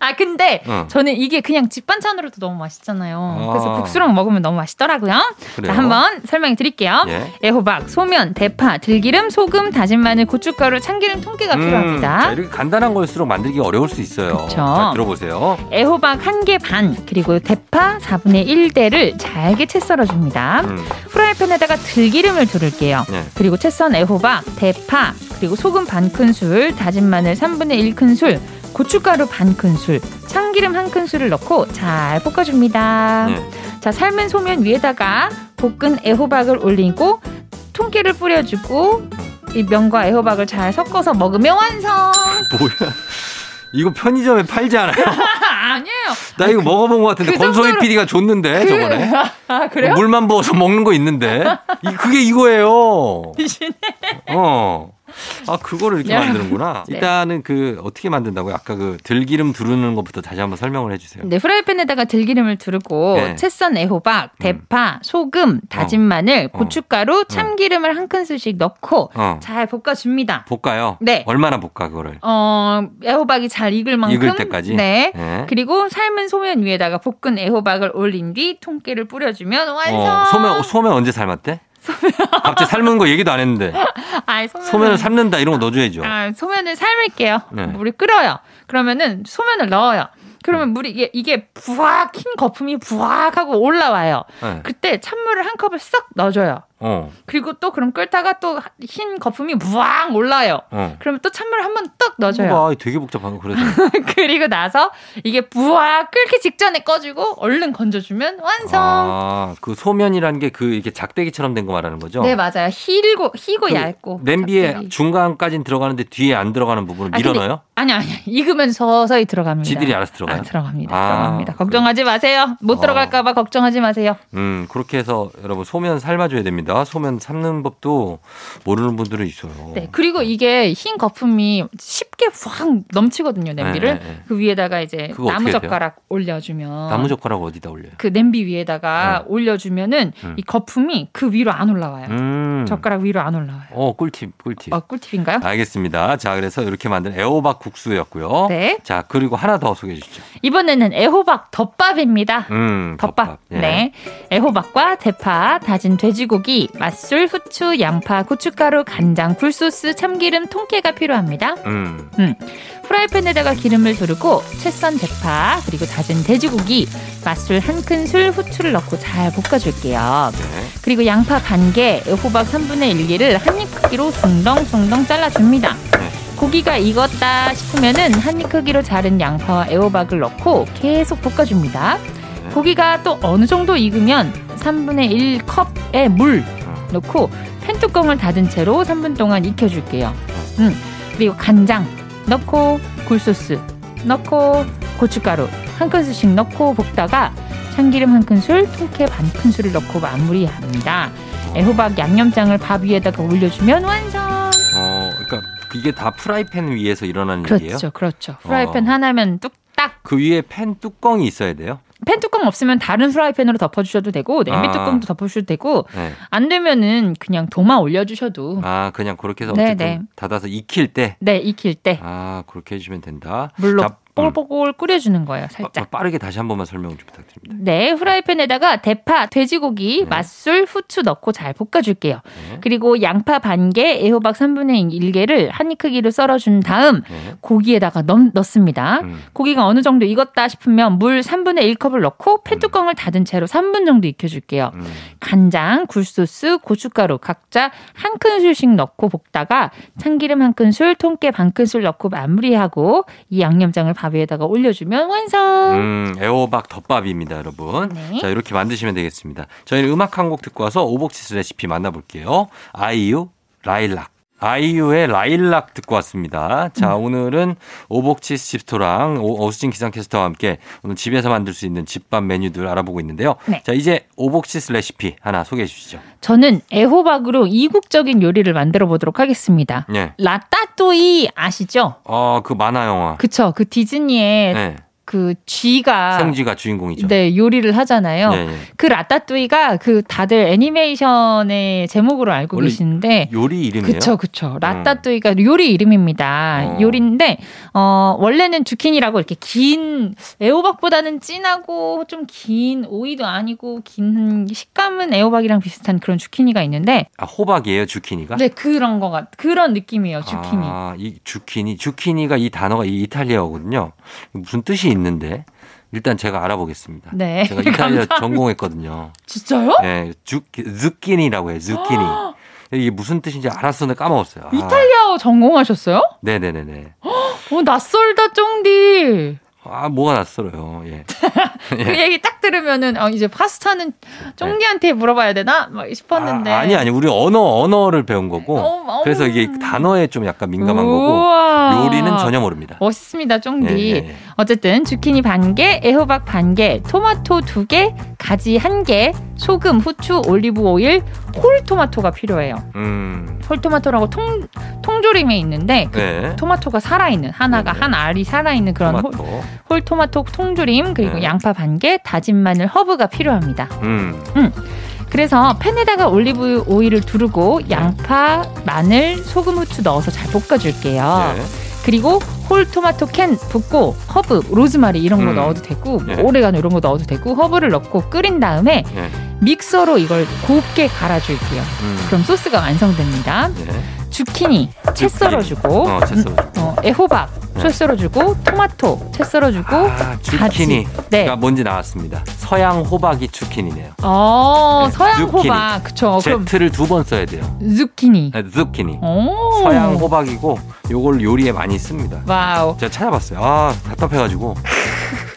S5: 아, 근데
S1: 응.
S5: 저는 이게 그냥 집 반찬으로도 너무 맛있잖아요.
S1: 어. 아.
S5: 그래서 국수랑 먹으면 너무 맛있더라고요.
S1: 그래요.
S5: 자, 한번 설명해 드릴게요.
S1: 예.
S5: 애호박, 소면, 대파, 들기름, 소금, 다진 마늘, 고춧가루, 참기름 통깨가
S1: 음,
S5: 필요합니다.
S1: 자, 이렇게 간단한 걸수록 만들기 어려울 수 있어요.
S5: 그쵸.
S1: 잘 들어보세요.
S5: 애호박 한 개 반, 그리고 대파 4분의 1대를 잘게 채 썰어줍니다.
S1: 음,
S5: 프라이팬에다가 들기름을 두를게요.
S1: 예.
S5: 그리고 채 썬 애호박, 대파, 그리고 소금 반 큰술, 다진 마늘 3분의 1 큰술, 고춧가루 반 큰술, 참기름 한 큰술을 넣고 잘 볶아줍니다.
S1: 예.
S5: 자, 삶은 소면 위에다가 볶은 애호박을 올리고 통깨를 뿌려주고 이 면과 애호박을 잘 섞어서 먹으면 완성.
S1: 뭐야? 이거 편의점에 팔지 않아요?
S5: 아니에요.
S1: 나 이거 먹어본 것 같은데
S5: 그
S1: 권소희
S5: 정도로- 그,
S1: PD가 줬는데 저번에
S5: 아 그래요?
S1: 물만 부어서 먹는 거 있는데 이, 그게 이거예요.
S5: 드시네.
S1: 어. 아 그거를 이렇게
S5: 여러분,
S1: 만드는구나.
S5: 네.
S1: 일단은 그 어떻게 만든다고요? 아까 그 들기름 두르는 것부터 다시 한번 설명을 해주세요.
S5: 네, 프라이팬에다가 들기름을 두르고
S1: 네.
S5: 채썬 애호박, 대파, 소금, 다진
S1: 어.
S5: 마늘, 고춧가루, 참기름을 한 큰술씩 넣고
S1: 어.
S5: 잘 볶아줍니다.
S1: 볶아요.
S5: 네.
S1: 얼마나 볶아 그거를?
S5: 어, 애호박이 잘 익을 만큼
S1: 익을 때까지?
S5: 네.
S1: 네.
S5: 그리고 삶은 소면 위에다가 볶은 애호박을 올린 뒤 통깨를 뿌려주면 완성.
S1: 어, 소면 소면 언제 삶았대? 갑자기 삶은 거 얘기도 안 했는데
S5: 아, 소면은-
S1: 소면을 삶는다 이런 거 넣어줘야죠.
S5: 아, 소면을 삶을게요.
S1: 네.
S5: 물이 끓어요. 그러면은 소면을 넣어요.
S1: 음.
S5: 그러면 물이 이게, 이게 부악 흰 거품이 부악 하고 올라와요.
S1: 네.
S5: 그때 찬물을 한 컵을 싹 넣어줘요.
S1: 어,
S5: 그리고 또 그럼 끓다가 또 흰 거품이 부앙 올라요.
S1: 어.
S5: 그러면 또 찬물을 한 번 떡 넣어줘요.
S1: 봐, 되게 복잡한 거 그래서.
S5: 그리고 나서 이게 부악 끓기 직전에 꺼주고 얼른 건져주면 완성.
S1: 아, 그 소면이라는 게 그 이렇게 작대기처럼 된 거 말하는 거죠?
S5: 네 맞아요. 희고 희고
S1: 그
S5: 얇고
S1: 냄비에
S5: 잡들이.
S1: 중간까지는 들어가는데 뒤에 안 들어가는 부분을
S5: 아,
S1: 밀어
S5: 근데-
S1: 넣어요?
S5: 아니 아니 익으면 서서히 들어갑니다.
S1: 지들이 알아서 들어가요?
S5: 아, 들어갑니다.
S1: 아,
S5: 들어갑니다.
S1: 그래요?
S5: 걱정하지 마세요. 못
S1: 어.
S5: 들어갈까봐 걱정하지 마세요.
S1: 음, 그렇게 해서 여러분 소면 삶아줘야 됩니다. 소면 삶는 법도 모르는 분들은 있어요.
S5: 네. 그리고 이게 흰 거품이 쉽게 확 넘치거든요. 냄비를
S1: 네, 네.
S5: 그 위에다가 이제
S1: 그거 어떻게
S5: 나무
S1: 해야 돼요?
S5: 젓가락 올려주면
S1: 나무젓가락 어디다 올려요?
S5: 그 냄비 위에다가 올려주면은
S1: 음.
S5: 이 거품이 그 위로 안 올라와요.
S1: 음.
S5: 젓가락 위로 안 올라와요.
S1: 어, 꿀팁, 꿀팁.
S5: 어, 꿀팁인가요?
S1: 알겠습니다. 자, 그래서 이렇게 만든 애호박 국수였고요.
S5: 네.
S1: 자, 그리고 하나 더 소개해 주시죠.
S5: 이번에는 애호박 덮밥입니다.
S1: 음,
S5: 덮밥.
S1: 예.
S5: 네. 애호박과 대파, 다진 돼지고기, 맛술, 후추, 양파, 고춧가루, 간장, 굴소스, 참기름, 통깨가 필요합니다.
S1: 음.
S5: 프라이팬에다가 기름을 두르고 채썬 대파, 그리고 다진 돼지고기, 맛술 한 큰술, 후추를 넣고 잘 볶아줄게요.
S1: 네.
S5: 그리고 양파 반개, 호박 3분의 1개를 한입 크기로 숭덩숭덩 잘라줍니다. 고기가 익었다 싶으면은 한입 크기로 자른 양파와 애호박을 넣고 계속 볶아줍니다. 고기가 또 어느 정도 익으면 3분의 1컵의 물 넣고 팬뚜껑을 닫은 채로 3분 동안 익혀줄게요. 음, 그리고 간장 넣고 굴소스 넣고 고춧가루 한 큰술씩 넣고 볶다가 참기름 한 큰술, 통깨 반 큰술을 넣고 마무리합니다. 애호박 양념장을 밥 위에다가 올려주면 완성.
S1: 어, 그러니까 이게 다 프라이팬 위에서 일어나는 일이에요?
S5: 그렇죠, 그렇죠. 프라이팬
S1: 어.
S5: 하나면 뚝딱.
S1: 그 위에 팬 뚜껑이 있어야 돼요?
S5: 팬 뚜껑 없으면 다른 프라이팬으로 덮어주셔도 되고 냄비
S1: 아.
S5: 뚜껑도 덮어주셔도 되고
S1: 네.
S5: 안 되면은 그냥 도마 올려주셔도
S1: 아, 그냥 그렇게 해서
S5: 음. 네,
S1: 어쨌든
S5: 네.
S1: 닫아서 익힐 때.
S5: 네 익힐 때
S1: 아, 그렇게 해주면 된다.
S5: 물로
S1: 자, 음.
S5: 뽀글뽀글 끓여주는 거예요
S1: 빠-
S5: 살짝.
S1: 빠르게 다시 한 번만 설명 좀 부탁드립니다.
S5: 네, 후라이팬에다가 대파, 돼지고기, 맛술, 후추 넣고 잘 볶아줄게요.
S1: 네.
S5: 그리고 양파 반 개, 애호박 3분의 1개를 한입 크기로 썰어준 다음
S1: 네.
S5: 고기에다가 넣, 넣습니다.
S1: 음.
S5: 고기가 어느 정도 익었다 싶으면 물 3분의 1컵을 넣고 팬뚜껑을 닫은 채로 3분 정도 익혀줄게요.
S1: 음.
S5: 간장, 굴소스, 고춧가루 각자 한 큰술씩 넣고 볶다가 참기름 한 큰술, 통깨 반 큰술 넣고 마무리하고 이 양념장을 밥 위에다가 올려주면 완성.
S1: 음, 애호박 덮밥입니다, 여러분.
S5: 네.
S1: 자, 이렇게 만드시면 되겠습니다. 저희는 음악 한 곡 듣고 와서 오복치스 레시피 만나볼게요. 아이유, 라일락. 아이유의 라일락 듣고 왔습니다. 자,
S5: 음.
S1: 오늘은 오복치스 집토랑 오- 오수진 기상캐스터와 함께 오늘 집에서 만들 수 있는 집밥 메뉴들 알아보고 있는데요.
S5: 네.
S1: 자, 이제 오복치스 레시피 하나 소개해 주시죠.
S5: 저는 애호박으로 이국적인 요리를 만들어 보도록 하겠습니다.
S1: 네.
S5: 라따뚜이 아시죠?
S1: 어, 그 만화 영화.
S5: 그쵸? 그 디즈니의
S1: 네.
S5: 그 쥐가
S1: 생쥐가 주인공이죠.
S5: 네 요리를 하잖아요.
S1: 네, 네.
S5: 그 라따뚜이가 그 다들 애니메이션의 제목으로 알고
S1: 원래
S5: 계시는데
S1: 요리 이름이에요. 음.
S5: 그쵸 그쵸 라따뚜이가 요리 이름입니다.
S1: 어.
S5: 요리인데 어 원래는 주킨이라고 이렇게 긴 애호박보다는 진하고 좀 긴 오이도 아니고 긴 식감은 애호박이랑 비슷한 그런 주키니가 있는데
S1: 아, 호박이에요, 주키니가?
S5: 네 그런 것 같, 그런 느낌이에요 주키니.
S1: 아, 이 주키니. 주키니가 이 단어가 이 이탈리아어거든요. 무슨 뜻이 있는데? 일단 제가 알아보겠습니다.
S5: 네. 어?
S1: 제가 이탈리아 전공했거든요.
S5: 진짜요?
S1: 네, 주, 즈키니라고 해요, 즈키니. 이게 무슨 뜻인지 알았었는데 까먹었어요. 아,
S5: 아! 이탈리아어 전공하셨어요?
S1: 네네네네.
S5: 오 낯설다 쫑디.
S1: 아, 뭐가 낯설어요. 예.
S5: 그 얘기 딱 들으면은 어, 이제 파스타는 쫑디한테 물어봐야 되나 막 싶었는데
S1: 아, 니 아니 우리 언어 언어를 배운 거고
S5: 어, 어.
S1: 그래서 이게 단어에 좀 약간 민감한 거고
S5: 우와.
S1: 요리는 전혀 모릅니다.
S5: 멋있습니다 쫑디
S1: 예, 예, 예.
S5: 어쨌든 주키니 반개 애호박 반개 토마토 두개 가지 한개 소금 후추 올리브 오일 홀 토마토가 필요해요
S1: 음.
S5: 홀 토마토라고 통 통조림에 있는데 그
S1: 네.
S5: 토마토가 살아있는 하나가
S1: 네.
S5: 한 알이 살아있는 그런 홀,
S1: 토마토.
S5: 홀 토마토 통조림 그리고
S1: 네.
S5: 양파 반개 다진 마늘 허브가 필요합니다.
S1: 음.
S5: 그래서 팬에다가 올리브 오일을
S1: 네.
S5: 두르고 양파, 마늘, 소금, 후추 넣어서 잘 볶아줄게요.
S1: 예.
S5: 그리고 홀 토마토 캔 붓고 허브, 로즈마리 이런 거
S1: 음.
S5: 넣어도 되고
S1: 네.
S5: 오레가노 이런 거 넣어도 되고 허브를 넣고 끓인 다음에
S1: 네.
S5: 믹서로 이걸 곱게 갈아줄게요.
S1: 음.
S5: 그럼 소스가 완성됩니다.
S1: 예.
S5: 주키니
S1: 주키니.
S5: 채 썰어주고
S1: 네, 어, 채 썰어주고.
S5: 음, 어, 애호박
S1: 네.
S5: 채 썰어주고 토마토 채 썰어주고
S1: 아, 주키니가
S5: 가지. 네.
S1: 뭔지 나왔습니다. 서양 호박이 주키니네요.
S5: 어,
S1: 네,
S5: 서양
S1: 즈키니.
S5: 호박. 어, 그쵸. 그럼
S1: Z를 두 번 써야 돼요.
S5: 즈키니.
S1: 네, zucchini.
S5: 오.
S1: 서양 호박이고 요걸 요리에 많이 씁니다.
S5: 와우.
S1: 제가 찾아봤어요. 아 답답해가지고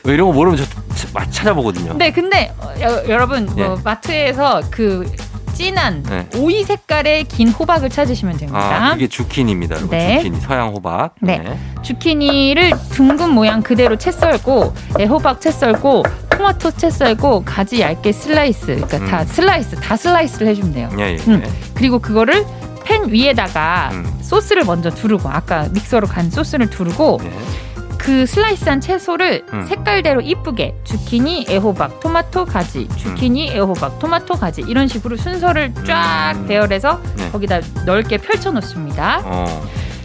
S1: 왜 이런 거 모르면 저 막 찾아보거든요.
S5: 네, 근데 어, 여, 여러분 뭐 마트에서 그 진한
S1: 네.
S5: 오이 색깔의 긴 호박을 찾으시면 됩니다.
S1: 아 이게 주키니입니다. 여러분.
S5: 네.
S1: 주키니 서양 호박.
S5: 네. 주키니를 둥근 모양 그대로 채 썰고 애호박 채 썰고 토마토 채 썰고 가지 얇게 슬라이스. 그러니까
S1: 음.
S5: 다 슬라이스 다 슬라이스를 해주면 돼요.
S1: 예, 예, 예.
S5: 음. 그리고 그거를 팬 위에다가
S1: 음.
S5: 소스를 먼저 두르고 아까 믹서로 간 소스를 두르고
S1: 예.
S5: 그 슬라이스한 채소를
S1: 음.
S5: 색깔대로 이쁘게 주키니, 애호박, 토마토, 가지, 주키니, 애호박, 토마토, 가지 이런 식으로 순서를 쫙
S1: 음.
S5: 배열해서
S1: 네.
S5: 거기다 넓게 펼쳐 놓습니다.
S1: 어.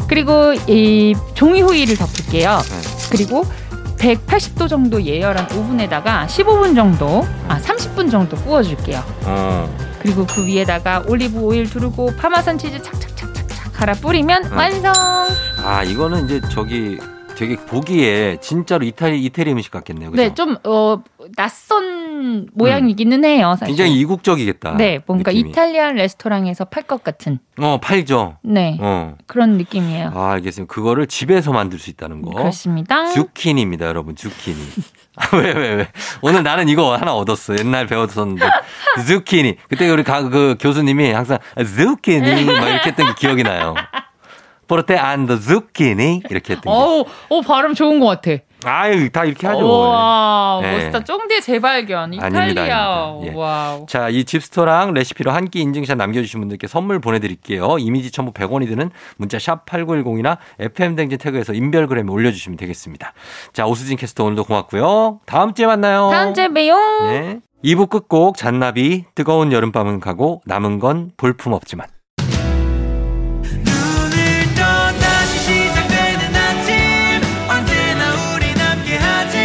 S5: 그리고 이 종이 호일을 덮을게요.
S1: 네.
S5: 그리고 180도 정도 예열한 오븐에다가 15분 정도, 아 30분 정도 구워줄게요.
S1: 어.
S5: 그리고 그 위에다가 올리브 오일 두르고 파마산 치즈 착착착착착 갈아 뿌리면
S1: 음.
S5: 완성.
S1: 아 이거는 이제 저기 되게 보기에 진짜로 이탈리 이태리 음식 같겠네요. 그죠?
S5: 네, 좀 어 낯선 모양이기는 해요. 사실.
S1: 굉장히 이국적이겠다.
S5: 아, 네, 뭔가
S1: 느낌이.
S5: 이탈리안 레스토랑에서 팔 것 같은
S1: 어 팔죠.
S5: 네
S1: 어.
S5: 그런 느낌이에요.
S1: 아 알겠습니다. 그거를 집에서 만들 수 있다는 거.
S5: 그렇습니다.
S1: 주키니입니다, 여러분. 주키니. 아, 왜, 왜, 왜. 오늘 나는 이거 하나 얻었어. 옛날 배웠었는데. 주키니. 그때 우리 가, 그 교수님이 항상 주키니 막 이렇게 했던 게 기억이 나요. 포르테 안더 주키니 이렇게 했던 게.
S5: 어우, 어 발음 좋은 것 같아. 어,
S1: 아유, 다 이렇게 하죠. 뭐.
S5: 와,
S1: 네.
S5: 멋있다. 쫑디의 재발견.
S1: 아닙니다,
S5: 이탈리아.
S1: 아닙니다. 예.
S5: 와우.
S1: 자, 이 집스토랑 레시피로 한 끼 인증샷 남겨주신 분들께 선물 보내드릴게요. 이미지 첨부 100원이 드는 문자 샵 8910이나 FM댕진 태그에서 인별그램에 올려주시면 되겠습니다. 자, 오수진 캐스터 오늘도 고맙고요. 다음 주에 만나요.
S5: 다음 주에 봬요.
S1: 네. 2부 끝곡 잔나비 뜨거운 여름밤은 가고 남은 건 볼품 없지만
S6: 오늘 또 다시 시작되는 아침 언제나 우리 함께하지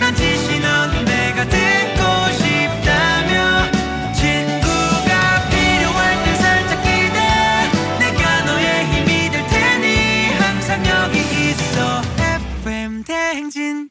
S6: 난 지시 넌 내가 듣고 싶다며 친구가 필요할 때 살짝 기대 내가 너의 힘이 될 테니 항상 여기 있어 FM 대행진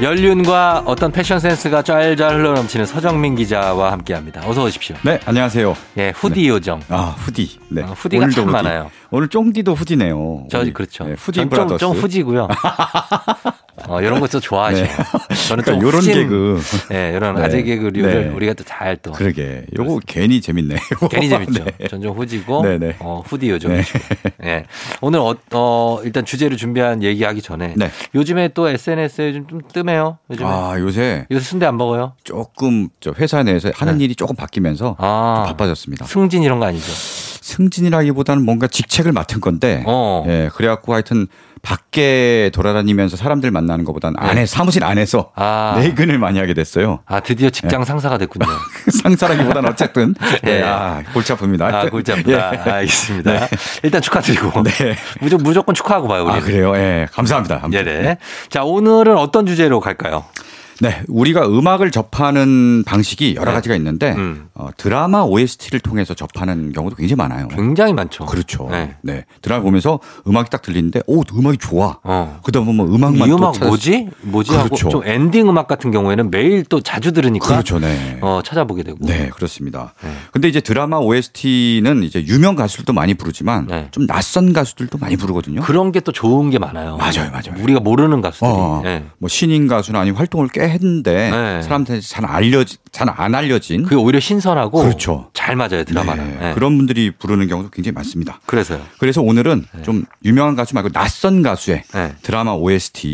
S1: 연륜과 어떤 패션 센스가 짤짤 흘러넘치는 서정민 기자와 함께합니다. 어서 오십시오.
S7: 네, 안녕하세요.
S1: 예, 후디 요정.
S7: 아, 후디. 네.
S1: 아, 후디가
S7: 오늘도
S1: 참 많아요.
S7: 오늘 쫑디도 후디네요.
S1: 저
S7: 우리,
S1: 그렇죠.
S7: 네, 후디
S1: 전 좀,
S7: 브라더스.
S1: 좀 후지고요. 어, 이런 것도 좋아하죠.
S7: 네.
S1: 저는
S7: 그러니까 요런
S1: 후진-
S7: 개그.
S1: 예, 이런
S7: 네.
S1: 아재 개그류를
S7: 네.
S1: 우리가 또 잘 또.
S7: 그러게. 요거 괜히 재밌네. 요거.
S1: 괜히 재밌죠.
S7: 네.
S1: 전좀 후지고
S7: 네, 네.
S1: 어, 후디 요정이시고. 예. 오늘 어, 어, 일단 주제를 준비한 얘기하기 전에
S7: 네.
S1: 요즘에 또 SNS에 좀, 좀 뜸해요. 요즘에
S7: 아, 요새
S1: 요새 순대 안 먹어요.
S7: 조금 저 회사 내에서 하는
S1: 네.
S7: 일이 조금 바뀌면서
S1: 아.
S7: 좀 바빠졌습니다.
S1: 승진 이런 거 아니죠?
S7: 승진이라기보다는 뭔가 직책을 맡은 건데.
S1: 어.
S7: 예, 그래갖고 하여튼 밖에 돌아다니면서 사람들 만나는 것보단 안에 사무실 안에서
S1: 네. 아.
S7: 내근을 많이 하게 됐어요. 그
S1: 아 드디어
S7: 네.
S1: 직장 상사가 됐군요.
S7: 상사라기보단 어쨌든 네,
S1: 예.
S7: 아, 골치 아픕니다.
S1: 아 골치 아프다.
S7: 예.
S1: 알겠습니다. 일단 축하드리고
S7: 네.
S1: 무조건, 무조건 축하하고 봐요. 우리.
S7: 아 그래요? 예, 감사합니다. 아무튼.
S1: 네네. 자 오늘은 어떤 주제로 갈까요?
S7: 네, 우리가 음악을 접하는 방식이 여러
S1: 네.
S7: 가지가 있는데
S1: 음.
S7: 어, 드라마 OST를 통해서 접하는 경우도 굉장히 많아요.
S1: 굉장히 많죠.
S7: 그렇죠.
S1: 네.
S7: 네. 드라마 보면서 음악이 딱 들리는데 오 음악이 좋아.
S1: 어.
S7: 그다음 보면
S1: 이
S7: 음악만 또
S1: 음악
S7: 찾아-
S1: 뭐지? 뭐지?
S7: 그렇죠.
S1: 하고 좀 엔딩 음악 같은 경우에는 매일 또 자주 들으니까
S7: 그렇죠, 네.
S1: 어, 찾아보게 되고.
S7: 네, 그렇습니다.
S1: 네.
S7: 근데 이제 드라마 OST는 이제 유명 가수들도 많이 부르지만
S1: 네.
S7: 좀 낯선 가수들도 많이 부르거든요.
S1: 그런 게 또 좋은 게 많아요.
S7: 맞아요, 맞아요.
S1: 우리가 모르는 가수들이.
S7: 어,
S1: 예.
S7: 뭐 신인 가수나 아니면 활동을 꽤 했는데
S1: 네.
S7: 사람한테 잘 알려 잘안 알려진
S1: 그게 오히려 신선하고
S7: 그렇죠.
S1: 잘 맞아요 드라마랑.
S7: 네,
S1: 예.
S7: 그런 분들이 부르는 경우도 굉장히 많습니다.
S1: 그래서요.
S7: 그래서 오늘은 좀 유명한 가수 말고 낯선 가수의
S1: 네.
S7: 드라마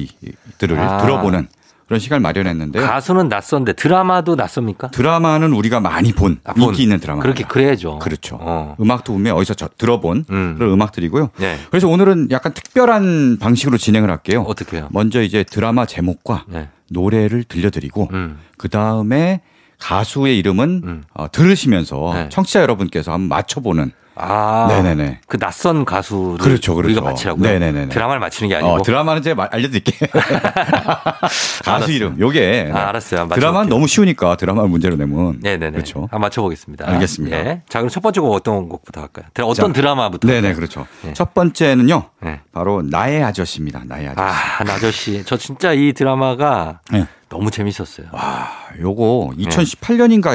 S7: OST들을
S1: 아.
S7: 들어보는 그런 시간을 마련했는데요.
S1: 가수는 낯선데 드라마도 낯섭니까?
S7: 드라마는 우리가 많이 본
S1: 아, 본.
S7: 인기 있는 드라마.
S1: 그렇게 그래야죠.
S7: 그렇죠.
S1: 어.
S7: 음악도 분명 어디서 저- 들어본
S1: 음.
S7: 그런 음악들이고요.
S1: 네.
S7: 그래서 오늘은 약간 특별한 방식으로 진행을 할게요.
S1: 어떻게 해요?
S7: 먼저 이제 드라마 제목과
S1: 네.
S7: 노래를 들려드리고
S1: 음.
S7: 그 다음에 가수의 이름은
S1: 음.
S7: 어, 들으시면서
S1: 네.
S7: 청취자 여러분께서 한번 맞춰보는
S1: 아,
S7: 네네네.
S1: 그 낯선 가수를
S7: 그렇죠, 그렇죠.
S1: 우리가 맞히라고요.
S7: 네네네네.
S1: 드라마를 맞히는 게 아니고. 뭐-
S7: 어, 드라마는 제가 마- 알려드릴게요. 가수
S1: 알았어요.
S7: 이름 요게 네.
S1: 아, 알았어요. 한번
S7: 드라마는
S1: 맞춰볼게요.
S7: 너무 쉬우니까 드라마 문제로 내면
S1: 네네네. 아,
S7: 그렇죠.
S1: 한번 맞춰보겠습니다.
S7: 알겠습니다.
S1: 예. 자, 그럼 첫 번째 곡 어떤 곡부터 할까요? 드라- 어떤
S7: 자,
S1: 드라마부터?
S7: 네네 그렇죠.
S1: 네.
S7: 첫 번째는요
S1: 네.
S7: 바로 나의 아저씨입니다. 나의 아저씨.
S1: 아, 한 아저씨. 저 진짜 이 드라마가
S7: 네.
S1: 너무 재밌었어요.
S7: 아, 요거 2018년인가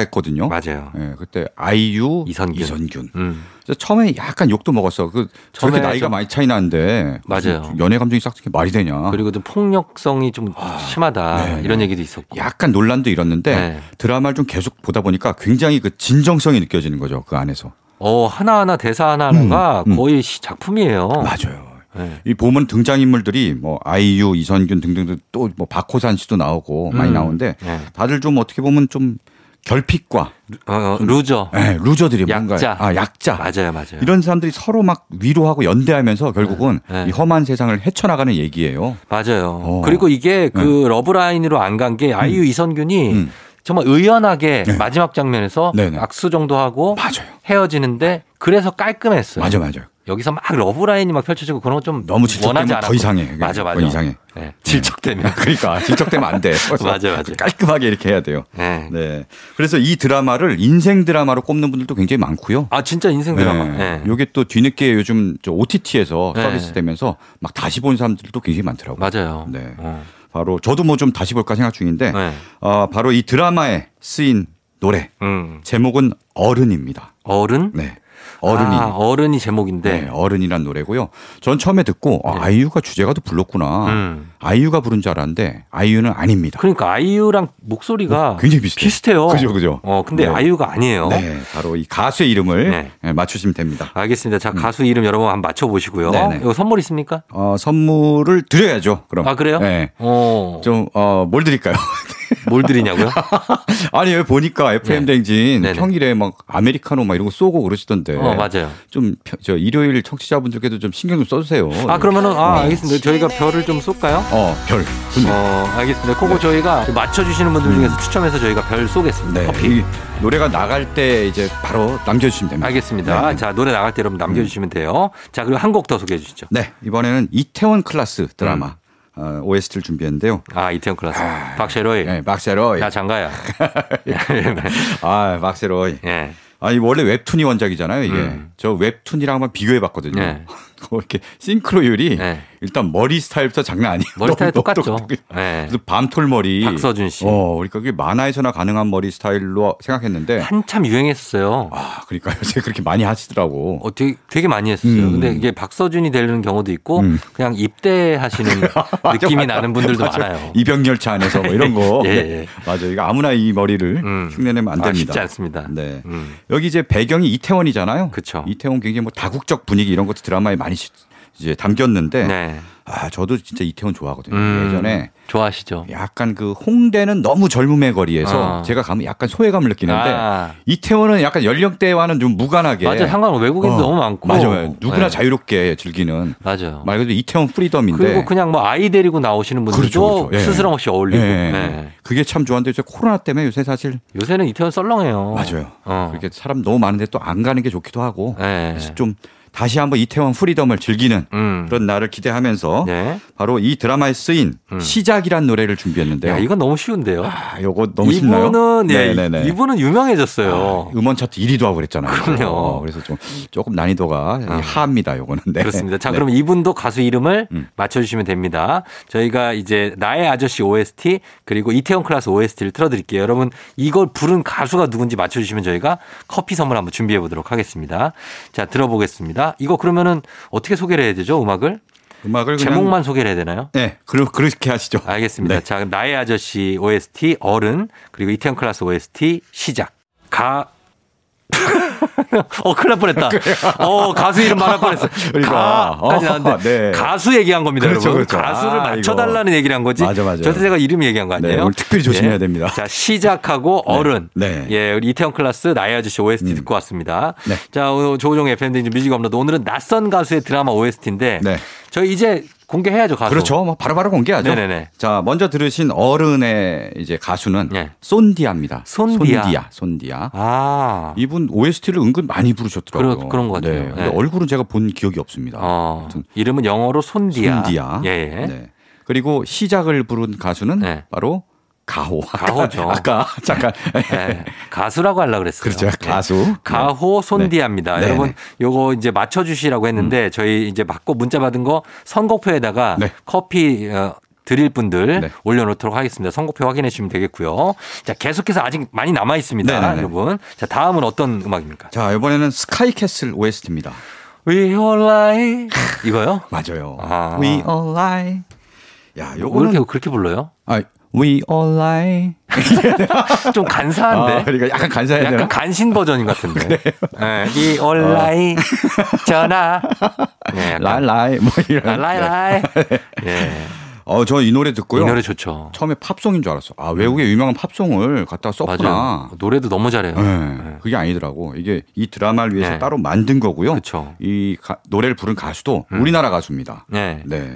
S1: 네.
S7: 했거든요.
S1: 맞아요.
S7: 예, 그때 아이유
S1: 이선균. 음.
S7: 그래서 처음에 약간 욕도 먹었어. 그
S1: 처음에
S7: 저렇게 나이가
S1: 아주-
S7: 많이 차이 나는데
S1: 맞아요.
S7: 무슨 연애 감정이 싹 이렇게 말이 되냐.
S1: 그리고 좀 폭력성이 좀 심하다
S7: 어. 네,
S1: 이런
S7: 네.
S1: 얘기도 있었고.
S7: 약간 논란도 일었는데
S1: 네.
S7: 드라마를 좀 계속 보다 보니까 굉장히 그 진정성이 느껴지는 거죠 그 안에서.
S1: 어 하나하나 대사 하나하나가
S7: 음, 음.
S1: 거의 시- 작품이에요.
S7: 맞아요.
S1: 네.
S7: 이 보면 등장인물들이 뭐 아이유, 이선균 등등등 또 뭐 박호산 씨도 나오고 많이
S1: 음.
S7: 나오는데
S1: 네.
S7: 다들 좀 어떻게 보면 좀 결핍과
S1: 어, 루저.
S7: 예, 루저들이 뭔가
S1: 약자.
S7: 아 약자
S1: 맞아요, 맞아요.
S7: 이런 사람들이 서로 막 위로하고 연대하면서 결국은
S1: 네.
S7: 이 험한 세상을 헤쳐나가는 얘기예요.
S1: 맞아요.
S7: 어.
S1: 그리고 이게 그 러브라인으로 안 간 게 아이유 이선균이
S7: 음. 네.
S1: 정말 의연하게 마지막 장면에서
S7: 네네.
S1: 악수 정도 하고
S7: 맞아요.
S1: 헤어지는데 그래서 깔끔했어요.
S7: 맞아 맞아.
S1: 여기서 막 러브라인이 막 펼쳐지고 그런 건 좀
S7: 너무
S1: 원하지
S7: 질척되면
S1: 않아.
S7: 더 이상해.
S1: 맞아, 맞아.
S7: 더 이상해.
S1: 네. 질척되면.
S7: 그러니까 질척되면 안 돼. 그래서
S1: 맞아, 맞아.
S7: 깔끔하게 이렇게 해야 돼요.
S1: 네.
S7: 네. 그래서 이 드라마를 인생 드라마로 꼽는 분들도 굉장히 많고요.
S1: 아 진짜 인생 드라마. 네.
S7: 요게 또 뒤늦게 요즘 저 OTT에서
S1: 네.
S7: 서비스 되면서 막 다시 본 사람들도 굉장히 많더라고요.
S1: 맞아요.
S7: 네.
S1: 어.
S7: 바로 저도 뭐 좀 다시 볼까 생각 중인데
S1: 네.
S7: 어, 바로 이 드라마에 쓰인 노래
S1: 음.
S7: 제목은 어른입니다.
S1: 어른?
S7: 네. 어른이.
S1: 아, 어른이 제목인데.
S7: 네, 어른이란 노래고요. 전 처음에 듣고 아,
S1: 네.
S7: 아이유가 주제가도 불렀구나.
S1: 음.
S7: 아이유가 부른 줄 알았는데 아이유는 아닙니다.
S1: 그러니까 아이유랑 목소리가
S7: 어, 굉장히 비슷해요.
S1: 비슷해요.
S7: 그죠, 그죠.
S1: 어, 근데
S7: 네.
S1: 아이유가 아니에요.
S7: 네, 바로 이 가수의 이름을
S1: 네.
S7: 네, 맞추시면 됩니다.
S1: 알겠습니다. 자, 가수 이름 여러분 한번 맞춰 보시고요.
S7: 음. 네네.
S1: 이거 선물 있습니까?
S7: 어, 선물을 드려야죠. 그럼.
S1: 아, 그래요?
S7: 네.
S1: 어.
S7: 좀, 어, 뭘 드릴까요?
S1: 뭘 드리냐고요?
S7: 아니, 여기 보니까 FM댕진
S1: 네네.
S7: 평일에 막 아메리카노 막 이런 거 쏘고 그러시던데.
S1: 어, 맞아요.
S7: 좀, 펴- 저 일요일 청취자분들께도 좀 신경 좀 써주세요.
S1: 아, 그러면은
S7: 네.
S1: 아, 알겠습니다. 저희가 별을 좀 쏠까요?
S7: 어, 별. 좋네요. 음.
S1: 어, 알겠습니다. 그거 저희가 맞춰 주시는 분들 중에서 추첨해서 저희가 별 쏘겠습니다.
S7: 네.
S1: 커피.
S7: 이 노래가 나갈 때 이제 바로 남겨주시면 됩니다.
S1: 알겠습니다. 아,
S7: 네.
S1: 자, 노래 나갈 때 여러분 남겨 주시면 돼요. 자, 그리고 한 곡 더 소개해 주시죠.
S7: 네, 이번에는 이태원 클라스 드라마
S1: 음.
S7: 어, OST를 준비했는데요.
S1: 아, 이태원 클라스. 박셰로이.
S7: 네, 예. 막세로이.
S1: 나 장가야. 네.
S7: 아, 막세로이.
S1: 예.
S7: 아니 원래 웹툰이 원작이잖아요. 이게
S1: 음.
S7: 저 웹툰이랑 한번 비교해봤거든요.
S1: 네.
S7: 뭐 이렇게 싱크로율이
S1: 네.
S7: 일단 머리 스타일부터 장난 아니에요.
S1: 머리 스타일
S7: 너무
S1: 똑같죠.
S7: 똑똑해.
S1: 네.
S7: 그래서 밤톨머리.
S1: 박서준 씨.
S7: 어, 그러니까 그게 만화에서나 가능한 머리 스타일로 생각했는데
S1: 한참 유행했었어요.
S7: 아, 그러니까 요새 그렇게 많이 하시더라고.
S1: 어, 되게, 되게 많이 했어요.
S7: 음.
S1: 근데 이게 박서준이 되는 경우도 있고
S7: 음.
S1: 그냥 입대하시는 느낌이 나는 분들도 많아요.
S7: 이병열차 안에서 뭐 이런 거.
S1: 예, 예.
S7: 맞아. 이거 아무나 이 머리를
S1: 음.
S7: 흉내내면 안
S1: 아,
S7: 됩니다.
S1: 쉽지 않습니다.
S7: 네.
S1: 음.
S7: 여기 이제 배경이 이태원이잖아요.
S1: 그쵸.
S7: 이태원 굉장히 뭐 다국적 분위기 이런 것도 드라마에 많이 시- 이제 담겼는데
S1: 네.
S7: 아, 저도 진짜 이태원 좋아하거든요.
S1: 음.
S7: 예전에
S1: 좋아하시죠?
S7: 약간 그 홍대는 너무 젊음의 거리에서
S1: 아.
S7: 제가 가면 약간 소외감을 느끼는데
S1: 아.
S7: 이태원은 약간 연령대와는 좀 무관하게
S1: 맞아요. 한강 외국인도
S7: 어,
S1: 너무 많고.
S7: 맞아요. 누구나
S1: 네.
S7: 자유롭게 즐기는
S1: 맞아요.
S7: 말 그대로 이태원 프리덤인데
S1: 그리고 그냥 뭐 아이 데리고 나오시는 분들도
S7: 그렇죠, 그렇죠. 예.
S1: 스스럼 없이 어울리고.
S7: 예,
S1: 네.
S7: 그게 참 좋았는데 요새 코로나 때문에 요새 사실
S1: 요새는 이태원 썰렁해요.
S7: 맞아요.
S1: 어.
S7: 그렇게 사람 너무 많은데 또 안 가는 게 좋기도 하고
S1: 네.
S7: 그래서 좀 다시 한번 이태원 프리덤을 즐기는
S1: 음.
S7: 그런 날을 기대하면서
S1: 네. 음.
S7: 바로 이 드라마에 쓰인 시작이란 노래를 준비했는데요.
S1: 야, 이건 너무 쉬운데요.
S7: 네. 아, 요거 너무 쉽나요?
S1: 이분은 예,
S7: 네네네. 아,
S1: 이분은 유명해졌어요.
S7: 음원 차트 1위도 하고 그랬잖아요.
S1: 그럼요. 아.
S7: 어, 그래서 좀 조금 난이도가 하입니다. 요거는. 네.
S1: 그렇습니다. 자,
S7: 네.
S1: 그럼 이분도 가수 이름을
S7: 음.
S1: 맞춰주시면 됩니다. 저희가 이제 나의 아저씨 OST 그리고 이태원 클라스 OST를 틀어드릴게요. 여러분 이걸 부른 가수가 누군지 맞춰주시면 저희가 커피 선물 한번 준비해 보도록 하겠습니다. 자, 들어보겠습니다. 이거 그러면은 어떻게 소개를 해야 되죠? 음악을?
S7: 음악을 그냥-
S1: 제목만 소개를 해야 되나요?
S7: 네, 그러, 그렇게 하시죠.
S1: 알겠습니다.
S7: 네.
S1: 자, 그럼 나의 아저씨 OST 어른 그리고 이태원 클라스 OST 시작. 가 어, 큰일 날 뻔했다. 어, 가수 이름 말할 뻔했어.
S7: 우리가.
S1: 가까지 나왔는데.
S7: 어, 네.
S1: 가수 얘기한 겁니다,
S7: 그렇죠,
S1: 여러분.
S7: 그렇죠.
S1: 가수를
S7: 아,
S1: 맞춰달라는
S7: 이거.
S1: 얘기를 한 거지.
S7: 맞아, 맞아.
S1: 저한테 제가 이름 얘기한 거 아니에요?
S7: 네, 오늘 특별히 조심해야
S1: 예.
S7: 됩니다.
S1: 자, 시작하고 어른.
S7: 네. 음.
S1: 예, 우리 이태원 클라스 나의 아저씨 OST 듣고 왔습니다.
S7: 네.
S1: 자, 오늘 조우종 FM 등 뮤직 업로드. 오늘은 낯선 가수의 드라마 OST인데.
S7: 네.
S1: 저희 이제 공개해야죠, 가수.
S7: 그렇죠. 뭐 바로바로 공개하죠.
S1: 네네네.
S7: 자, 먼저 들으신 어른의 이제 가수는
S1: 예.
S7: 쏜디아입니다.
S1: 쏜디아.
S7: 쏜디아. 쏜디아.
S1: 아.
S7: 이분 OST를 은근 많이 부르셨더라고요.
S1: 그런- 그런 것 같아요.
S7: 네. 근데
S1: 네.
S7: 얼굴은 제가 본 기억이 없습니다.
S1: 어,
S7: 아무튼
S1: 이름은 영어로 손디아.
S7: 쏜디아.
S1: 예. 예.
S7: 네. 그리고 시작을 부른 가수는
S1: 네.
S7: 바로 가호.
S1: 가호죠.
S7: 아까 잠깐.
S1: 예. 가수라고 하려고 그랬어요.
S7: 그렇죠.
S1: 예.
S7: 가수.
S1: 가호 손디아입니다.
S7: 네.
S1: 여러분
S7: 네. 음.
S1: 요거 이제 맞춰 주시라고 했는데 저희 이제 받고 문자 받은 거 선곡표에다가
S7: 네.
S1: 커피 어, 드릴 분들
S7: 네.
S1: 올려놓도록 하겠습니다. 선곡표 확인해 주시면 되겠고요. 자 계속해서 아직 많이 남아 있습니다,
S7: 네, 네, 네.
S1: 여러분. 자 다음은 어떤 음악입니까?
S7: 자, 이번에는 스카이캐슬 OST입니다.
S1: We All Lie 이거요?
S7: 맞아요.
S1: 아.
S7: We all lie. 야,
S1: 왜
S7: 요거는
S1: 이렇게 그렇게 불러요?
S7: 아, we all lie.
S1: 좀
S7: 아,
S1: 간사한데.
S7: 그러니까 약간 간사해야 되나?
S1: 약간 간신 버전인 것 같은데. 네, 이 온라인
S7: 어.
S1: 전화. 네, 약간 아,
S7: 라이 라이 뭐 이런.
S1: 라이 라이. 예.
S7: 어, 저 이 노래 듣고요.
S1: 이 노래 좋죠.
S7: 처음에 팝송인 줄 알았어. 아, 외국의 유명한 팝송을 갖다가 썼구나.
S1: 맞아요. 노래도 너무 잘해요.
S7: 네, 그게 아니더라고. 이게 이 드라마를 위해서
S1: 네.
S7: 따로 만든 거고요.
S1: 그쵸.
S7: 이 가- 노래를 부른 가수도 우리나라 가수입니다.
S1: 그렇죠. 음. 네.
S7: 네.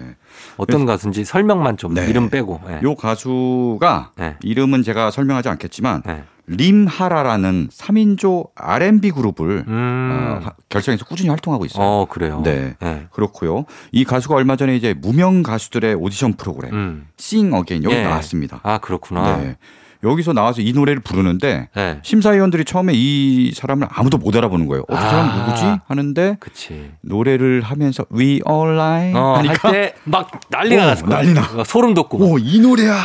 S1: 어떤 가수인지 설명만 좀
S7: 네.
S1: 이름 빼고. 예.
S7: 요 가수가
S1: 네.
S7: 이름은 제가 설명하지 않겠지만
S1: 네.
S7: 림하라라는 3인조 R&B 그룹을
S1: 음.
S7: 어, 결성해서 꾸준히 활동하고 있어요.
S1: 어, 그래요.
S7: 아, 네.
S1: 예.
S7: 그렇고요. 이 가수가 얼마 전에 이제 무명 가수들의 오디션 프로그램
S1: 음.
S7: 싱 어게인 여기
S1: 예.
S7: 나왔습니다.
S1: 아, 그렇구나.
S7: 네. 여기서 나와서 이 노래를 부르는데
S1: 예.
S7: 심사위원들이 처음에 이 사람을 아무도 못 알아보는 거예요. 어, 저 사람
S1: 아.
S7: 누구지? 하는데
S1: 그치.
S7: 노래를 하면서 We All Right
S1: 어,
S7: 하니까
S1: 할 때 막 난리가
S7: 오,
S1: 났을 거예요.
S7: 난리 나.
S1: 소름 돋고.
S7: 오, 이 노래야.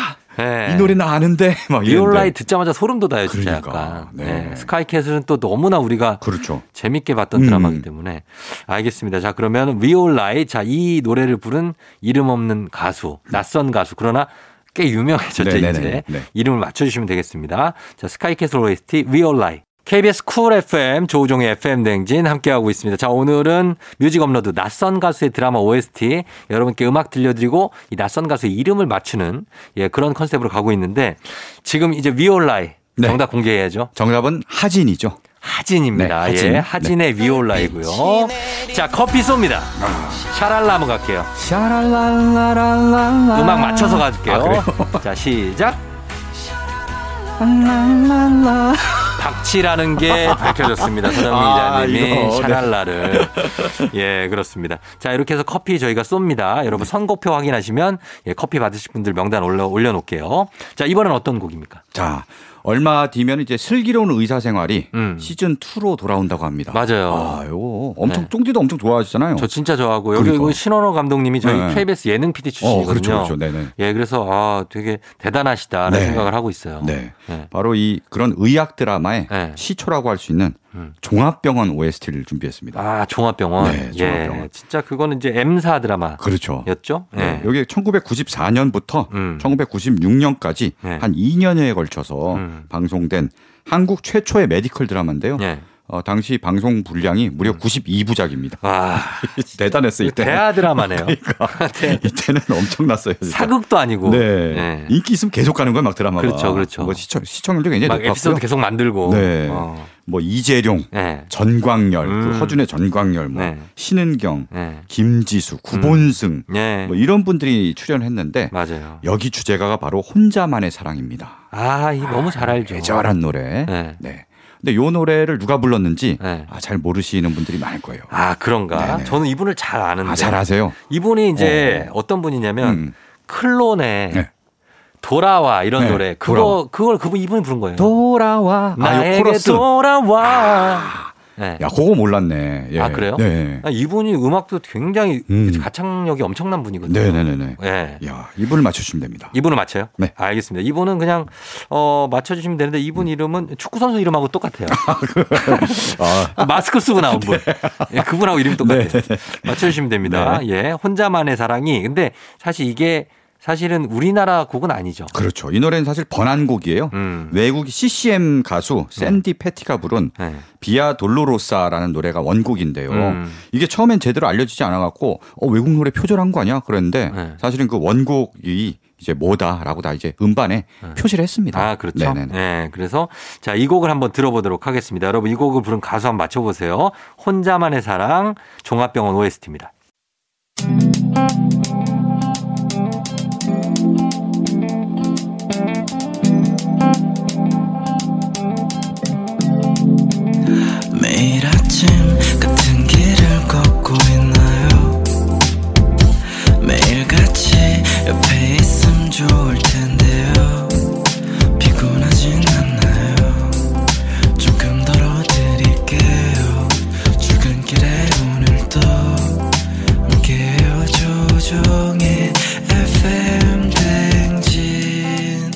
S1: 예.
S7: 이 노래 나 아는데 막 이런데.
S1: 리얼라이 듣자마자 소름 돋아요, 진짜
S7: 그러니까.
S1: 약간.
S7: 네.
S1: 예. 스카이캐슬은 또 너무나 우리가
S7: 그렇죠.
S1: 재밌게 봤던
S7: 음.
S1: 드라마이기 때문에 알겠습니다. 자 그러면 위올라이 자이 노래를 부른 이름 없는 가수 낯선 가수 그러나 꽤 유명해졌죠
S7: 네네네.
S1: 이제
S7: 네.
S1: 이름을 맞춰주시면 되겠습니다. 자 스카이캐슬 OST 위올라이 KBS 쿨 FM 조우종의 FM 댕진 함께하고 있습니다. 자 오늘은 뮤직 업로드 낯선 가수의 드라마 OST 여러분께 음악 들려드리고 이 낯선 가수의 이름을 맞추는 예 그런 컨셉으로 가고 있는데 지금 이제 위올라이
S7: 네.
S1: 정답 공개해야죠.
S7: 정답은 하진이죠.
S1: 하진입니다.
S7: 네, 하진.
S1: 예, 하진의 위올라이고요. 자, 커피 쏩니다. 샤랄라 한번 갈게요.
S7: 샤랄랄랄랄라.
S1: 음악 맞춰서 갈게요.
S7: 아, 그래요?
S1: 자, 시작. 박치라는 게 밝혀졌습니다. 서정민
S7: 아,
S1: 기자님이
S7: 이거, 네.
S1: 샤랄라를. 예, 그렇습니다. 자, 이렇게 해서 커피 저희가 쏩니다.
S7: 네.
S1: 여러분 선곡표 확인하시면 예, 커피 받으실 분들 명단 올려, 올려놓을게요. 자, 이번엔 어떤 곡입니까?
S7: 자, 얼마 뒤면 이제 슬기로운 의사 생활이
S1: 음.
S7: 시즌 2로 돌아온다고 합니다.
S1: 맞아요.
S7: 아, 요거 엄청
S1: 네.
S7: 쫑디도 엄청 좋아하시잖아요.
S1: 저 진짜 좋아하고 여기
S7: 어. 그러니까.
S1: 이거 신원호 감독님이 저희
S7: 네.
S1: KBS 예능 PD 출신이거든요.
S7: 어, 그렇죠, 그렇죠. 네네.
S1: 예, 그래서 아 되게 대단하시다라는
S7: 네.
S1: 생각을 하고 있어요.
S7: 네.
S1: 네.
S7: 바로 이 그런 의학 드라마의
S1: 네. 음.
S7: 시초라고 할 수 있는 종합병원 OST를 준비했습니다.
S1: 아 종합병원.
S7: 네, 종합병원.
S1: 예, 진짜 그거는 이제 M사 드라마였죠.
S7: 그렇죠.
S1: 예.
S7: 네. 여기 1994년부터
S1: 음.
S7: 1996년까지
S1: 네.
S7: 한 2년여에 걸쳐서
S1: 음.
S7: 방송된 한국 최초의 메디컬 드라마인데요.
S1: 예.
S7: 어, 당시 방송 분량이 무려 92부작입니다.
S1: 와
S7: 대단했어 이때.
S1: 음. 아, 대하 드라마네요. 대-
S7: 이때는 엄청났어요. 진짜.
S1: 사극도 아니고. 예.
S7: 네. 인기 있으면 계속 가는 거야 막 드라마가.
S1: 그렇죠, 그렇죠.
S7: 뭐 시청 시청률도 굉장히
S1: 막
S7: 높았고요.
S1: 에피소드 계속 만들고.
S7: 네.
S1: 어.
S7: 뭐 이재룡,
S1: 네.
S7: 전광열, 그
S1: 음.
S7: 허준의 전광열, 뭐
S1: 네.
S7: 신은경,
S1: 네.
S7: 김지수, 구본승
S1: 예.
S7: 뭐 이런
S1: 네.
S7: 분들이 출연했는데
S1: 맞아요.
S7: 여기 주제가가 바로 혼자만의 사랑입니다.
S1: 아, 이 너무 잘 알죠.
S7: 애절한 노래.
S1: 네.
S7: 네. 근데 요 노래를 누가 불렀는지
S1: 네.
S7: 아, 잘 모르시는 분들이 많을 거예요.
S1: 아 네. 그런가?
S7: 네네.
S1: 저는 이분을 잘 아는데.
S7: 아, 잘 아세요?
S1: 이분이 이제 어. 떤 분이냐면
S7: 음.
S1: 클론의
S7: 네.
S1: 돌아와 이런
S7: 네,
S1: 노래 그거
S7: 돌아와.
S1: 그걸 그분 이분이 부른 거예요.
S7: 돌아와. 아, 요
S1: 나에게
S7: 코러스.
S1: 돌아와. 네.
S7: 야, 그거 몰랐네. 예.
S1: 아, 그래요?
S7: 네.
S1: 아, 이분이 음악도 굉장히
S7: 음.
S1: 가창력이 엄청난 분이거든요.
S7: 네네네네.
S1: 예.
S7: 야, 이분을 맞춰주시면 됩니다.
S1: 이분을 맞춰요? 아,
S7: 네.
S1: 알겠습니다. 이분은 그냥 어, 맞춰주시면 되는데 이분 이름은 축구 선수 이름하고 똑같아요.
S7: 아,
S1: 마스크 쓰고 나온
S7: 네.
S1: 분. 예, 그분하고 이름 똑같아요. 맞춰주시면
S7: 네.
S1: 됩니다. 예, 혼자만의 사랑이. 근데 사실 이게 사실은 우리나라 곡은 아니죠.
S7: 그렇죠. 이 노래는 사실 번안곡이에요.
S1: 음.
S7: 외국 CCM 가수 샌디 패티가 부른
S1: 네.
S7: 비아 돌로로사라는 노래가 원곡인데요.
S1: 음.
S7: 이게 처음엔 제대로 알려지지 않아갖고 어, 외국 노래 표절한 거 아니야? 그랬는데
S1: 네.
S7: 사실은 그 원곡이 이제 뭐다라고 다 이제 음반에 표시를 했습니다.
S1: 아, 그렇죠.
S7: 네네네.
S1: 예, 그래서 자, 이 곡을 한번 들어보도록 하겠습니다. 여러분, 이 곡을 부른 가수 한번 맞춰보세요. 혼자만의 사랑, 종합병원 OST입니다.
S6: 매일 아침 같은 길을 걷고 있나요 매일 같이 옆에 있음 좋을 텐데요 피곤하진 않나요 조금 덜어드릴게요 출근길에 오늘도 함께해요 조종의 FM 댕진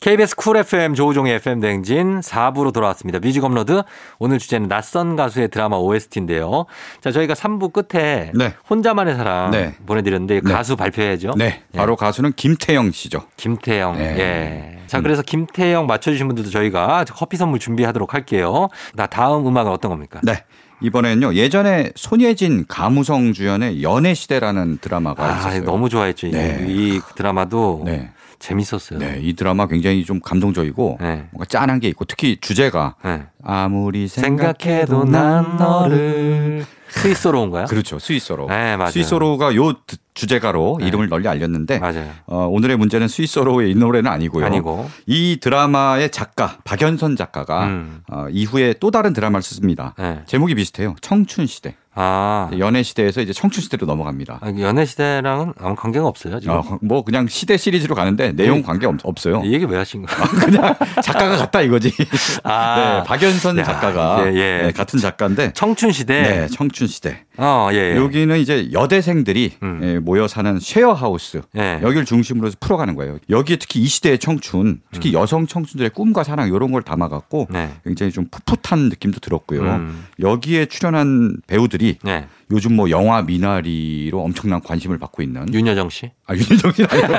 S1: KBS 쿨 FM 조우종의 FM 댕진 4부로 돌아왔습니다. 뮤직 업로드 오늘 주제는 낯선 가수의 드라마 OST인데요. 자, 저희가 3부 끝에
S7: 네.
S1: 혼자만의 사랑
S7: 네.
S1: 보내드렸는데
S7: 네.
S1: 가수 발표해야죠.
S7: 네. 바로 가수는 김태영 씨죠.
S1: 김태형.
S7: 네.
S1: 예. 자, 그래서 김태형 맞춰주신 분들도 저희가 커피 선물 준비하도록 할게요. 나 다음 음악은 어떤 겁니까?
S7: 네. 이번에는요. 예전에 손예진 가무성 주연의 연애시대라는 드라마가
S1: 아,
S7: 있었어요.
S1: 너무 좋아했죠. 이-
S7: 네.
S1: 이 드라마도
S7: 네.
S1: 재밌었어요.
S7: 네, 이 드라마 굉장히 좀 감동적이고
S1: 네.
S7: 뭔가 짠한 게 있고 특히 주제가
S1: 네.
S7: 아무리
S1: 생각해도 난 너를 스위스로운가요?
S7: 그렇죠 스위스로
S1: 네, 맞아요. 네.
S7: 스위스로가 요 드- 주제가로 이름을 널리 알렸는데
S1: 맞아요.
S7: 어, 오늘의 문제는 스위스로의 이 노래는 아니고요.
S1: 아니고.
S7: 이 드라마의 작가 박연선 작가가
S1: 음.
S7: 어, 이후에 또 다른 드라마를 썼습니다.
S1: 네.
S7: 제목이 비슷해요. 청춘 시대
S1: 아.
S7: 연애 시대에서 이제 청춘 시대로 넘어갑니다.
S1: 아, 연애 시대랑은 아무 관계가 없어요 지금.
S7: 어, 뭐 그냥 시대 시리즈로 가는데 내용 관계 없, 없어요.
S1: 이 얘기 왜 하신 거예요?
S7: 그냥 작가가 같다 이거지.
S1: 아.
S7: 네, 박연선
S1: 야,
S7: 작가가
S1: 예, 예.
S7: 네, 같은 작가인데
S1: 청춘 시대.
S7: 네, 청춘 시대.
S1: 어, 예. 예.
S7: 여기는 이제 여대생들이
S1: 음.
S7: 예, 모여 사는 쉐어 하우스.
S1: 예.
S7: 여기를 중심으로 해서 풀어가는 거예요. 여기에 특히 이 시대의 청춘, 특히 여성 청춘들의 꿈과 사랑 이런 걸 담아갖고
S1: 음. 네.
S7: 굉장히 좀 풋풋한 느낌도 들었고요.
S1: 음.
S7: 여기에 출연한 배우들이
S1: 네.
S7: 요즘 뭐 영화 미나리로 엄청난 관심을 받고 있는
S1: 윤여정 씨,
S7: 아, 윤여정 씨 아니고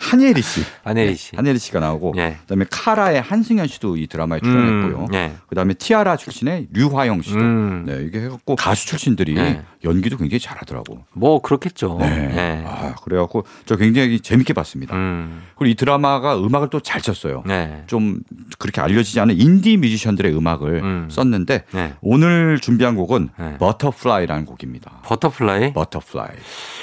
S7: 한예리 씨.
S1: 안혜리 씨.
S7: 한예리 씨가 나오고
S1: 예.
S7: 그다음에 카라의 한승현 씨도 이 드라마에 출연했고요.
S1: 음, 예.
S7: 그다음에 티아라 출신의 류화영 씨도
S1: 음.
S7: 네, 이게 해갖고 가수 출신들이
S1: 네.
S7: 연기도 굉장히 잘하더라고.
S1: 뭐 그렇겠죠.
S7: 네.
S1: 예.
S7: 아, 그래갖고 저 굉장히 재밌게 봤습니다.
S1: 음.
S7: 그리고 이 드라마가 음악을 또 잘 썼어요.
S1: 네.
S7: 좀 그렇게 알려지지 않은 인디 뮤지션들의 음악을
S1: 음.
S7: 썼는데
S1: 네.
S7: 오늘 준비한 곡은
S1: 네.
S7: 버터플라이라는 곡입니다.
S1: 버터플라이.
S7: 버터플라이,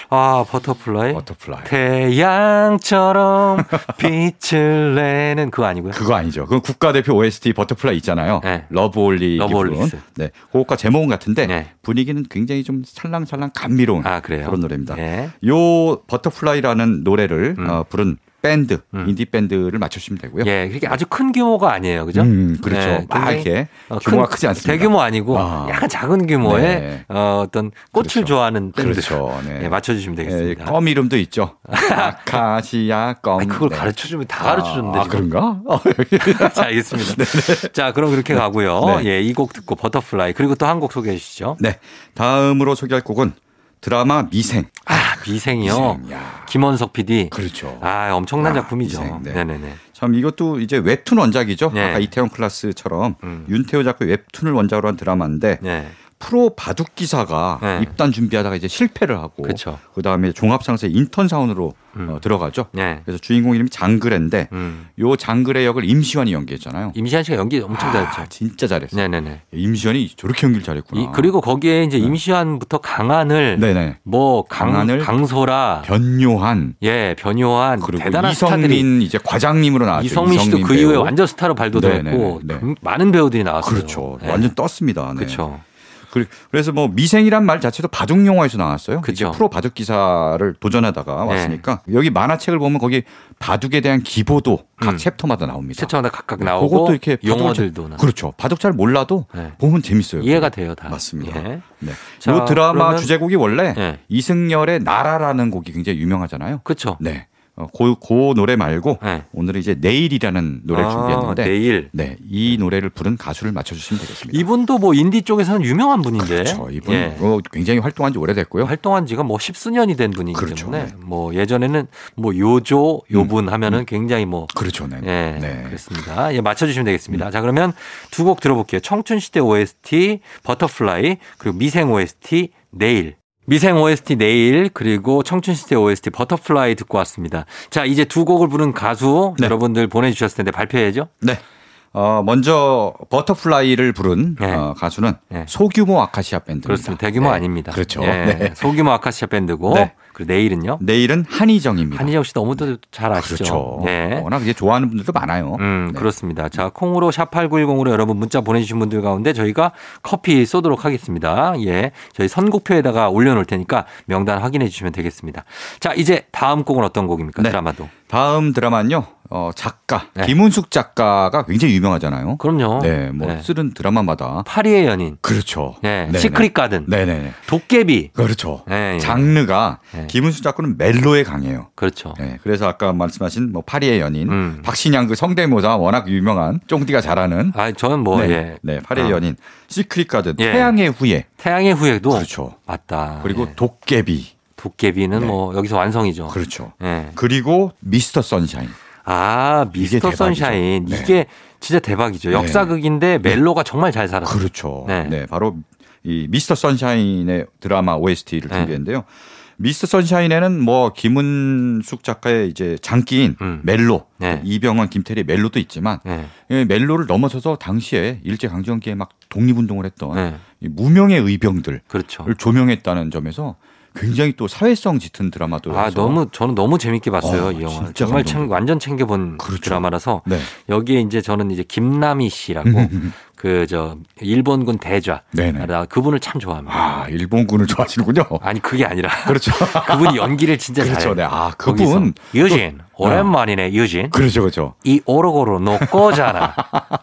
S1: 아, 버터플라이.
S7: 버터플라이.
S1: 네. 태양처럼 빛을 내는 그거 아니고요.
S7: 그거 아니죠. 그건 국가대표 OST 버터플라이 있잖아요.
S1: 네.
S7: 러브 올리
S1: 러브 올리스.
S7: 네. 그것과 제목은 같은데
S1: 네.
S7: 분위기는 굉장히 좀 살랑살랑 감미로운
S1: 아, 그래요.
S7: 그런 노래입니다.
S1: 예.
S7: 요 버터플라이라는 노래를
S1: 음.
S7: 어, 부른 밴드
S1: 음.
S7: 인디 밴드를 맞추시면 되고요.
S1: 예, 그렇게 아주 큰 규모가 아니에요, 그죠?
S7: 음, 그렇죠.
S1: 예,
S7: 막
S1: 굉장히
S7: 이렇게
S1: 어,
S7: 규모가
S1: 큰-
S7: 크지 않습니다.
S1: 대규모 아니고
S7: 아.
S1: 약간 작은 규모의
S7: 네.
S1: 어, 어떤 꽃을
S7: 그렇죠.
S1: 좋아하는 밴드.
S7: 그렇죠. 네.
S1: 예, 맞춰주시면 되겠습니다.
S7: 예, 껌 이름도 있죠. 아카시아 껌.
S1: 아니, 그걸
S7: 네.
S1: 가르쳐주면 다 가르쳐주는데.
S7: 아, 아,
S1: 지금.
S7: 그런가? 어,
S1: 자, 알겠습니다. 자, 그럼 그렇게 가고요.
S7: 네.
S1: 예, 이 곡 듣고 버터플라이 그리고 또 한 곡 소개해 주시죠.
S7: 네. 다음으로 소개할 곡은 드라마 미생.
S1: 아, 미생이요.
S7: 미생, 야.
S1: 김원석 PD.
S7: 그렇죠.
S1: 아, 엄청난
S7: 아,
S1: 작품이죠.
S7: 미생, 네.
S1: 네, 네, 네.
S7: 참 이것도 이제 웹툰 원작이죠.
S1: 네.
S7: 아까 이태원 클라스처럼
S1: 음.
S7: 윤태호 작가의 웹툰을 원작으로 한 드라마인데
S1: 네.
S7: 프로 바둑 기사가
S1: 네.
S7: 입단 준비하다가 이제 실패를 하고
S1: 그쵸.
S7: 그다음에 종합상세 인턴 사원으로 어, 들어가죠.
S1: 네.
S7: 그래서 주인공 이름이 장그레인데
S1: 음.
S7: 요 장그레 역을 임시완이 연기했잖아요.
S1: 임시한 씨가 연기 엄청
S7: 아,
S1: 잘했죠.
S7: 진짜 잘했어. 요
S1: 네네네.
S7: 임시완이 저렇게 연기를 잘했구나. 네.
S1: 이, 그리고 거기에 이제 임시완부터 강한을
S7: 네네.
S1: 뭐 강,
S7: 강한을,
S1: 강소라
S7: 변요한
S1: 예 변요한
S7: 그리고
S1: 대단한 스타들이
S7: 이성민 이제 과장님으로 나왔죠.
S1: 이성민 씨도 그 이후에
S7: 배우.
S1: 완전 스타로 발돋움했고
S7: 네네네.
S1: 그 많은 배우들이 나왔어요.
S7: 그렇죠.
S1: 예.
S7: 완전 떴습니다. 네.
S1: 그렇죠.
S7: 그리- 그래서 뭐 미생이란 말 자체도 바둑 영화에서 나왔어요. 이제
S1: 그쵸.
S7: 프로 바둑 기사를 도전하다가
S1: 네.
S7: 왔으니까 여기 만화책을 보면 거기 바둑에 대한 기보도 각
S1: 음.
S7: 챕터마다 나옵니다.
S1: 최초마다 각각
S7: 네. 그것도
S1: 나오고
S7: 이렇게 바둑을
S1: 용어들도
S7: 잘,
S1: 나.
S7: 그렇죠. 바둑 잘 몰라도
S1: 네.
S7: 보면 재밌어요.
S1: 이해가 돼요 다.
S7: 맞습니다.
S1: 예.
S7: 네.
S1: 자,
S7: 요 드라마
S1: 그러면-
S7: 주제곡이 원래
S1: 네.
S7: 이승열의 나라라는 곡이 굉장히 유명하잖아요.
S1: 그렇죠.
S7: 네. 어, 그, 그 노래 말고
S1: 네.
S7: 오늘은 이제 내일이라는 노래를
S1: 아,
S7: 준비했는데
S1: 내일
S7: 네, 이 노래를 부른 가수를 맞춰주시면 되겠습니다.
S1: 이분도 뭐 인디 쪽에서는 유명한 분인데
S7: 네. 그렇죠. 이분
S1: 예.
S7: 어, 굉장히 활동한 지 오래됐고요.
S1: 활동한 지가 뭐 십수년이 된 분이기
S7: 그렇죠.
S1: 때문에
S7: 네.
S1: 뭐 예전에는 뭐 요조 요분 하면은 굉장히 뭐
S7: 그렇죠, 네.
S1: 예,
S7: 음. 네. 음.
S1: 그렇습니다. 예, 맞춰주시면 되겠습니다. 자, 그러면 두 곡 들어볼게요. 청춘시대 OST, 버터플라이, 그리고 미생 OST, 내일. 미생 OST 내일 그리고 청춘시대 OST 버터플라이 듣고 왔습니다. 자 이제 두 곡을 부른 가수
S7: 네.
S1: 여러분들 보내주셨을 텐데 발표해야죠.
S7: 네. 어, 먼저 버터플라이를 부른
S1: 네.
S7: 어, 가수는
S1: 네.
S7: 소규모 아카시아 밴드입니다.
S1: 그렇습니다. 대규모
S7: 네.
S1: 아닙니다.
S7: 그렇죠.
S1: 예,
S7: 네.
S1: 소규모 아카시아 밴드고
S7: 네.
S1: 그리고 내일은요.
S7: 내일은 한희정입니다.
S1: 한희정 씨 너무 또잘 아시죠.
S7: 그렇죠.
S1: 네.
S7: 워낙 이제 좋아하는 분들도 많아요.
S1: 음,
S7: 네.
S1: 그렇습니다. 자, 콩으로 샵8910으로 여러분 문자 보내주신 분들 가운데 저희가 커피 쏘도록 하겠습니다. 예. 저희 선곡표에다가 올려놓을 테니까 명단 확인해 주시면 되겠습니다. 자, 이제 다음 곡은 어떤 곡입니까?
S7: 네.
S1: 드라마도.
S7: 다음 드라마는요. 어, 작가
S1: 네. 그렇죠.
S7: 김은숙 작가가 굉장히 유명하잖아요.
S1: 그럼요.
S7: 네, 뭐 쓰는 드라마마다
S1: 파리의 연인.
S7: 그렇죠.
S1: 예. 시크릿 가든.
S7: 네, 네, 네.
S1: 도깨비.
S7: 그렇죠.
S1: 네, 예.
S7: 장르가
S1: 네.
S7: 김은숙 작가는 멜로에 강해요.
S1: 그렇죠.
S7: 네, 그래서 아까 말씀하신 뭐 파리의 연인,
S1: 음.
S7: 박신양 그 성대모사 워낙 유명한 쫑디가 잘하는
S1: 아, 저는 뭐,
S7: 네,
S1: 예.
S7: 네, 파리의
S1: 아.
S7: 연인, 시크릿 가든,
S1: 예.
S7: 태양의 후예,
S1: 태양의 후예도.
S7: 그렇죠.
S1: 맞다.
S7: 그리고
S1: 예.
S7: 도깨비,
S1: 도깨비는
S7: 네.
S1: 뭐, 여기서 완성이죠.
S7: 그렇죠.
S1: 예.
S7: 그리고 미스터 선샤인.
S1: 아, 미스터
S7: 대박이죠.
S1: 선샤인.
S7: 네.
S1: 이게 진짜 대박이죠.
S7: 네.
S1: 역사극인데 멜로가 정말 잘 살았어요.
S7: 그렇죠.
S1: 네.
S7: 네. 바로 이 미스터 선샤인의 드라마 OST를
S1: 네.
S7: 준비했는데요. 미스터 선샤인에는 뭐 김은숙 작가의 이제 장기인
S1: 음.
S7: 멜로,
S1: 네.
S7: 이병헌, 김태리의 멜로도 있지만
S1: 네.
S7: 예, 멜로를 넘어서서 당시에 일제 강점기에 막 독립운동을 했던
S1: 네.
S7: 이 무명의 의병들을
S1: 그렇죠.
S7: 조명했다는 점에서 굉장히 또 사회성 짙은 드라마도
S1: 아
S7: 해서
S1: 너무 저는 너무 재밌게 봤어요
S7: 어,
S1: 이 영화.
S7: 진짜
S1: 정말
S7: 감동적.
S1: 챙- 완전 챙겨본
S7: 그렇죠.
S1: 드라마라서
S7: 네.
S1: 여기에 이제 저는 이제 김남희 씨라고 그 저 일본군 대좌.
S7: 음.
S1: 아,
S7: 네네.
S1: 나 그분을 참 좋아합니다.
S7: 아 일본군을 좋아하시는군요.
S1: 아니 그게 아니라
S7: 그렇죠.
S1: 그분이 연기를 진짜
S7: 그렇죠.
S1: 잘해요.
S7: 네. 아
S1: 거기서
S7: 그분
S1: 유진
S7: 또-
S1: 오랜만이네 유진
S7: 그렇죠, 그렇죠.
S1: 이 오로고로 놓고잖아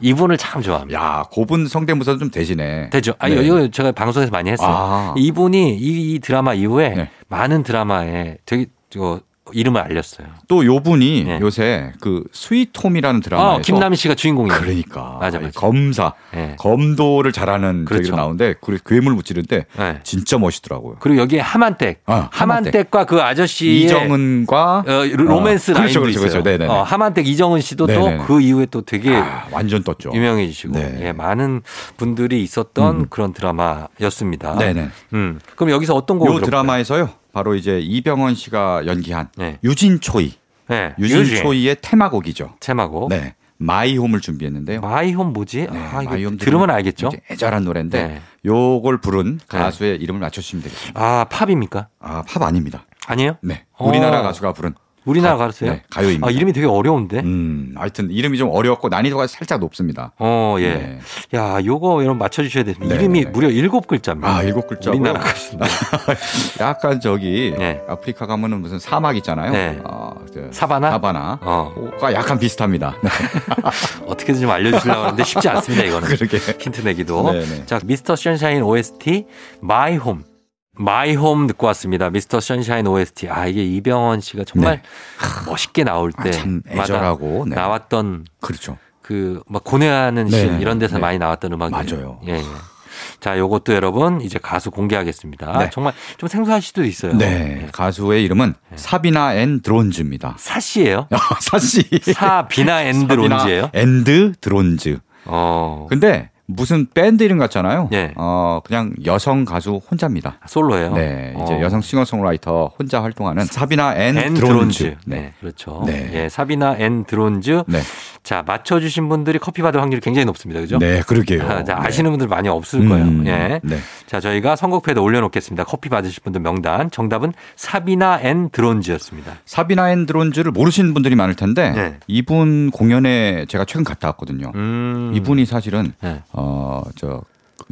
S1: 이분을 참 좋아합니다.
S7: 야, 고분 성대모사 좀 대신에.
S1: 대죠. 아
S7: 네.
S1: 이거 제가 방송에서 많이 했어요.
S7: 아.
S1: 이분이 이, 이 드라마 이후에
S7: 네.
S1: 많은 드라마에 되게 저 이름을 알렸어요.
S7: 또 요분이
S1: 네.
S7: 요새 그 스윗홈이라는 드라마에서
S1: 어, 김남희 씨가 주인공이에요.
S7: 그러니까
S1: 맞아, 맞아.
S7: 검사
S1: 예.
S7: 검도를 잘하는
S1: 그렇죠.
S7: 저기로 나오는데 그 괴물 무찌르는데
S1: 네.
S7: 진짜 멋있더라고요.
S1: 그리고 여기에 하만댁.
S7: 아, 하만댁.
S1: 하만댁과 그 아저씨의
S7: 이정은과
S1: 어, 로맨스
S7: 어,
S1: 라인도
S7: 그렇죠, 그렇죠,
S1: 있어요.
S7: 그렇죠. 네네네.
S1: 어, 하만댁 이정은 씨도 또
S7: 네네네.
S1: 그 이후에 또 되게
S7: 아, 완전 떴죠.
S1: 유명해지시고
S7: 네. 음.
S1: 예, 많은 분들이 있었던 그런 드라마였습니다.
S7: 네네.
S1: 음. 그럼 여기서 어떤 곡을
S7: 요
S1: 들어볼까요?
S7: 드라마에서요. 바로 이제 이병헌 씨가 연기한
S1: 네.
S7: 유진초이
S1: 네. 유진
S7: 유진초이의 테마곡이죠.
S1: 제마고
S7: 네. 마이홈을 준비했는데요.
S1: 마이홈 뭐지?
S7: 네,
S1: 아, 이거
S7: 마이홈
S1: 들으면 알겠죠?
S7: 이제 애절한 노래인데
S1: 네.
S7: 요걸 부른 가수의 이름을 맞춰주시면 되겠습니다.
S1: 아 팝입니까?
S7: 아, 팝 아닙니다.
S1: 아니에요?
S7: 네.
S1: 어.
S7: 우리나라 가수가 부른.
S1: 우리나라
S7: 팝.
S1: 가수예요?
S7: 네, 가요입니다.
S1: 아 이름이 되게 어려운데.
S7: 음, 하여튼 이름이 좀 어려웠고 난이도가 살짝 높습니다.
S1: 어, 예.
S7: 네.
S1: 야, 요거 여러분 맞춰주셔야 됩니다.
S7: 네,
S1: 이름이
S7: 네.
S1: 무려 일곱 글자입니다.
S7: 아, 일곱 글자고요.
S1: 우리나라 가수인데.
S7: 약간 저기
S1: 네.
S7: 아프리카 가면은 무슨 사막 있잖아요.
S1: 네.
S7: 아, 저
S1: 사바나?
S7: 사바나.
S1: 어.
S7: 가 약간 비슷합니다. 네,
S1: 어떻게든 좀 알려주려고 하는데 쉽지 않습니다, 이거는.
S7: 그러게.
S1: 힌트 내기도.
S7: 네, 네.
S1: 자, 미스터 션샤인 OST, 마이 홈. 마이 홈 듣고 왔습니다. 미스터 션샤인 OST. 아, 이게 이병헌 씨가 정말 멋있게 나올
S7: 아,
S1: 때.
S7: 참
S1: 마다
S7: 애절하고, 네.
S1: 네. 나왔던
S7: 그렇죠.
S1: 그, 막 고뇌하는 씬
S7: 네,
S1: 이런 데서
S7: 네.
S1: 많이 나왔던 음악이.
S7: 맞아요.
S1: 예, 예. 자, 요것도 여러분 이제 가수 공개하겠습니다.
S7: 네.
S1: 정말 좀 생소할 수도 있어요.
S7: 네. 가수의 이름은 사비나 앤 드론즈입니다.
S1: 사씨예요
S7: 사실
S1: 사 비나 앤드 론즈예요?
S7: 앤드 드론즈.
S1: 어.
S7: 근데 무슨 밴드 이름 같잖아요.
S1: 예.
S7: 어, 그냥 여성 가수 혼자입니다.
S1: 솔로예요.
S7: 네, 이제
S1: 어.
S7: 여성 싱어송라이터 혼자 활동하는 사비나 앤,
S1: 앤
S7: 드론즈.
S1: 드론즈. 네.
S7: 네.
S1: 그렇죠.
S7: 네.
S1: 예, 사비나 앤 드론즈.
S7: 네.
S1: 자, 맞춰주신 분들이 커피 받을 확률이 굉장히 높습니다. 그죠?
S7: 네, 그러게요.
S1: 아, 자,
S7: 네.
S1: 아시는 분들 많이 없을
S7: 음,
S1: 거예요. 예.
S7: 네.
S1: 자, 저희가 선곡표에도 올려놓겠습니다. 커피 받으실 분들 명단. 정답은 사비나 앤 드론즈였습니다.
S7: 사비나 앤 드론즈를 모르시는 분들이 많을 텐데
S1: 네.
S7: 이분 공연에 제가 최근 갔다 왔거든요.
S1: 음.
S7: 이분이 사실은
S1: 네.
S7: 어, 저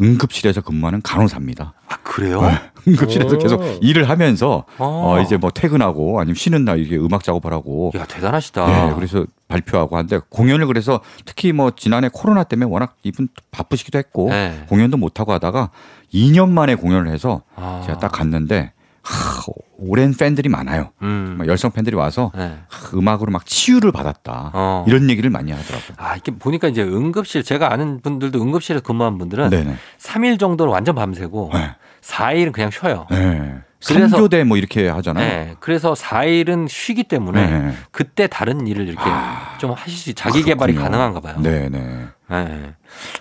S7: 응급실에서 근무하는 간호사입니다.
S1: 아, 그래요?
S7: 응급실에서
S1: 오.
S7: 계속 일을 하면서
S1: 어.
S7: 어, 이제 뭐 퇴근하고 아니면 쉬는 날 이게 음악 작업을 하고
S1: 야, 대단하시다.
S7: 네, 그래서 발표하고 하는데 공연을 그래서 특히 뭐 지난해 코로나 때문에 워낙 이분 바쁘시기도 했고
S1: 네.
S7: 공연도 못 하고 하다가 2년 만에 공연을 해서
S1: 아.
S7: 제가 딱 갔는데 하, 오랜 팬들이 많아요.
S1: 음.
S7: 정말 열성 뭐 팬들이 와서
S1: 네.
S7: 하, 음악으로 막 치유를 받았다
S1: 어.
S7: 이런 얘기를 많이 하더라고요.
S1: 아, 이렇게 보니까 이제 응급실, 제가 아는 분들도 응급실에서 근무한 분들은
S7: 네네.
S1: 3일 정도는 완전 밤새고
S7: 네.
S1: 4일은 그냥 쉬어요.
S7: 네.
S1: 그래서-
S7: 삼교대 뭐 이렇게 하잖아요.
S1: 네. 그래서 4일은 쉬기 때문에
S7: 네.
S1: 그때 다른 일을 이렇게
S7: 아,
S1: 좀 하실 수, 있- 자기 개발이
S7: 그렇군요.
S1: 가능한가 봐요.
S7: 네네.
S1: 네.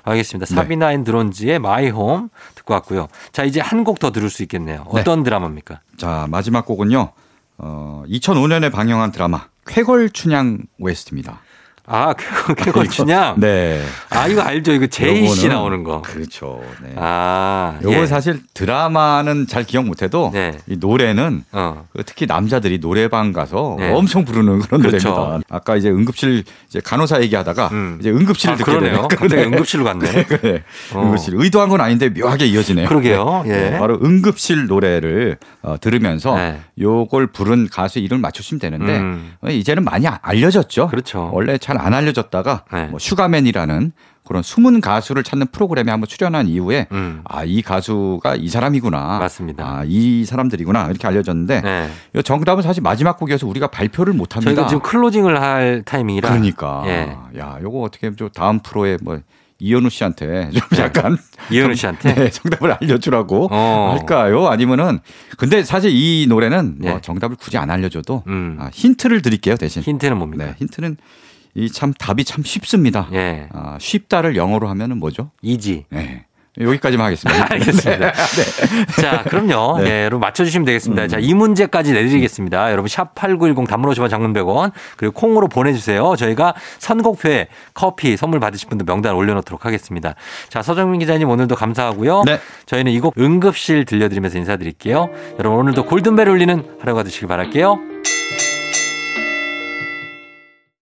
S1: 알겠습니다.
S7: 네.
S1: 사비나 앤 드론즈의 마이 홈 듣고 왔고요. 자, 이제 한 곡 더 들을 수 있겠네요. 어떤 드라마입니까?
S7: 자 마지막 곡은요. 어, 2005년에 방영한 드라마 쾌걸 춘향 웨스트입니다.
S1: 아, 그거, 그거 주냐?
S7: 네.
S1: 아, 이거 알죠? 이거 제이 씨
S7: 요거는-
S1: 나오는 거.
S7: 그렇죠. 네.
S1: 아,
S7: 요거
S1: 예.
S7: 사실 드라마는 잘 기억 못해도
S1: 네.
S7: 이 노래는
S1: 어.
S7: 그 특히 남자들이 노래방 가서
S1: 네.
S7: 엄청 부르는 그런
S1: 그렇죠.
S7: 노래입니다. 아까 이제 응급실 이제 간호사 얘기하다가
S1: 음.
S7: 이제 응급실을
S1: 아,
S7: 듣게 되네요.
S1: 그러네요. 갑자기 응급실로 갔네.
S7: 그래.
S1: 어.
S7: 응급실 의도한 건 아닌데 묘하게 이어지네요.
S1: 그러게요. 예.
S7: 네, 바로 응급실 노래를 어, 들으면서
S1: 네.
S7: 요걸 부른 가수 이름을 맞추시면 되는데
S1: 음.
S7: 어, 이제는 많이 아- 알려졌죠.
S1: 그렇죠.
S7: 원래 잘 안 알려졌다가
S1: 네.
S7: 뭐 슈가맨이라는 그런 숨은 가수를 찾는 프로그램에 한번 출연한 이후에
S1: 음.
S7: 아 이 가수가 이 사람이구나.
S1: 맞습니다.
S7: 아 예. 이 사람들이구나 이렇게 알려졌는데
S1: 네.
S7: 요 정답은 사실 마지막 곡이어서 우리가 발표를 못 합니다.
S1: 저희가 지금 클로징을 할 타이밍이라.
S7: 그러니까
S1: 예.
S7: 야 요거 어떻게 좀 다음 프로에 뭐 이현우 씨한테 좀 약간
S1: 이현우 씨한테?
S7: 네, 정답을 알려주라고
S1: 네. 어.
S7: 할까요? 아니면은 근데 사실 이 노래는 뭐
S1: 예.
S7: 정답을 굳이 안 알려줘도
S1: 음.
S7: 아, 힌트를 드릴게요 대신.
S1: 힌트는 뭡니까?
S7: 네, 힌트는 이 참 답이 참 쉽습니다.
S1: 예.
S7: 아, 쉽다를 영어로 하면은 뭐죠?
S1: 이지.
S7: 네. 여기까지만 하겠습니다.
S1: 알겠습니다. 네. 자, 그럼요. 예, 여러분 맞춰주시면 되겠습니다. 자, 이 문제까지 내드리겠습니다. 여러분 샵8910 단문 50원 장문 100원 그리고 콩으로 보내주세요. 저희가 선곡표에 커피 선물 받으실 분들 명단 올려놓도록 하겠습니다. 자, 서정민 기자님 오늘도 감사하고요.
S7: 네.
S1: 저희는 이 곡 응급실 들려드리면서 인사드릴게요. 여러분 오늘도 골든벨 울리는 하루가 되시길 바랄게요.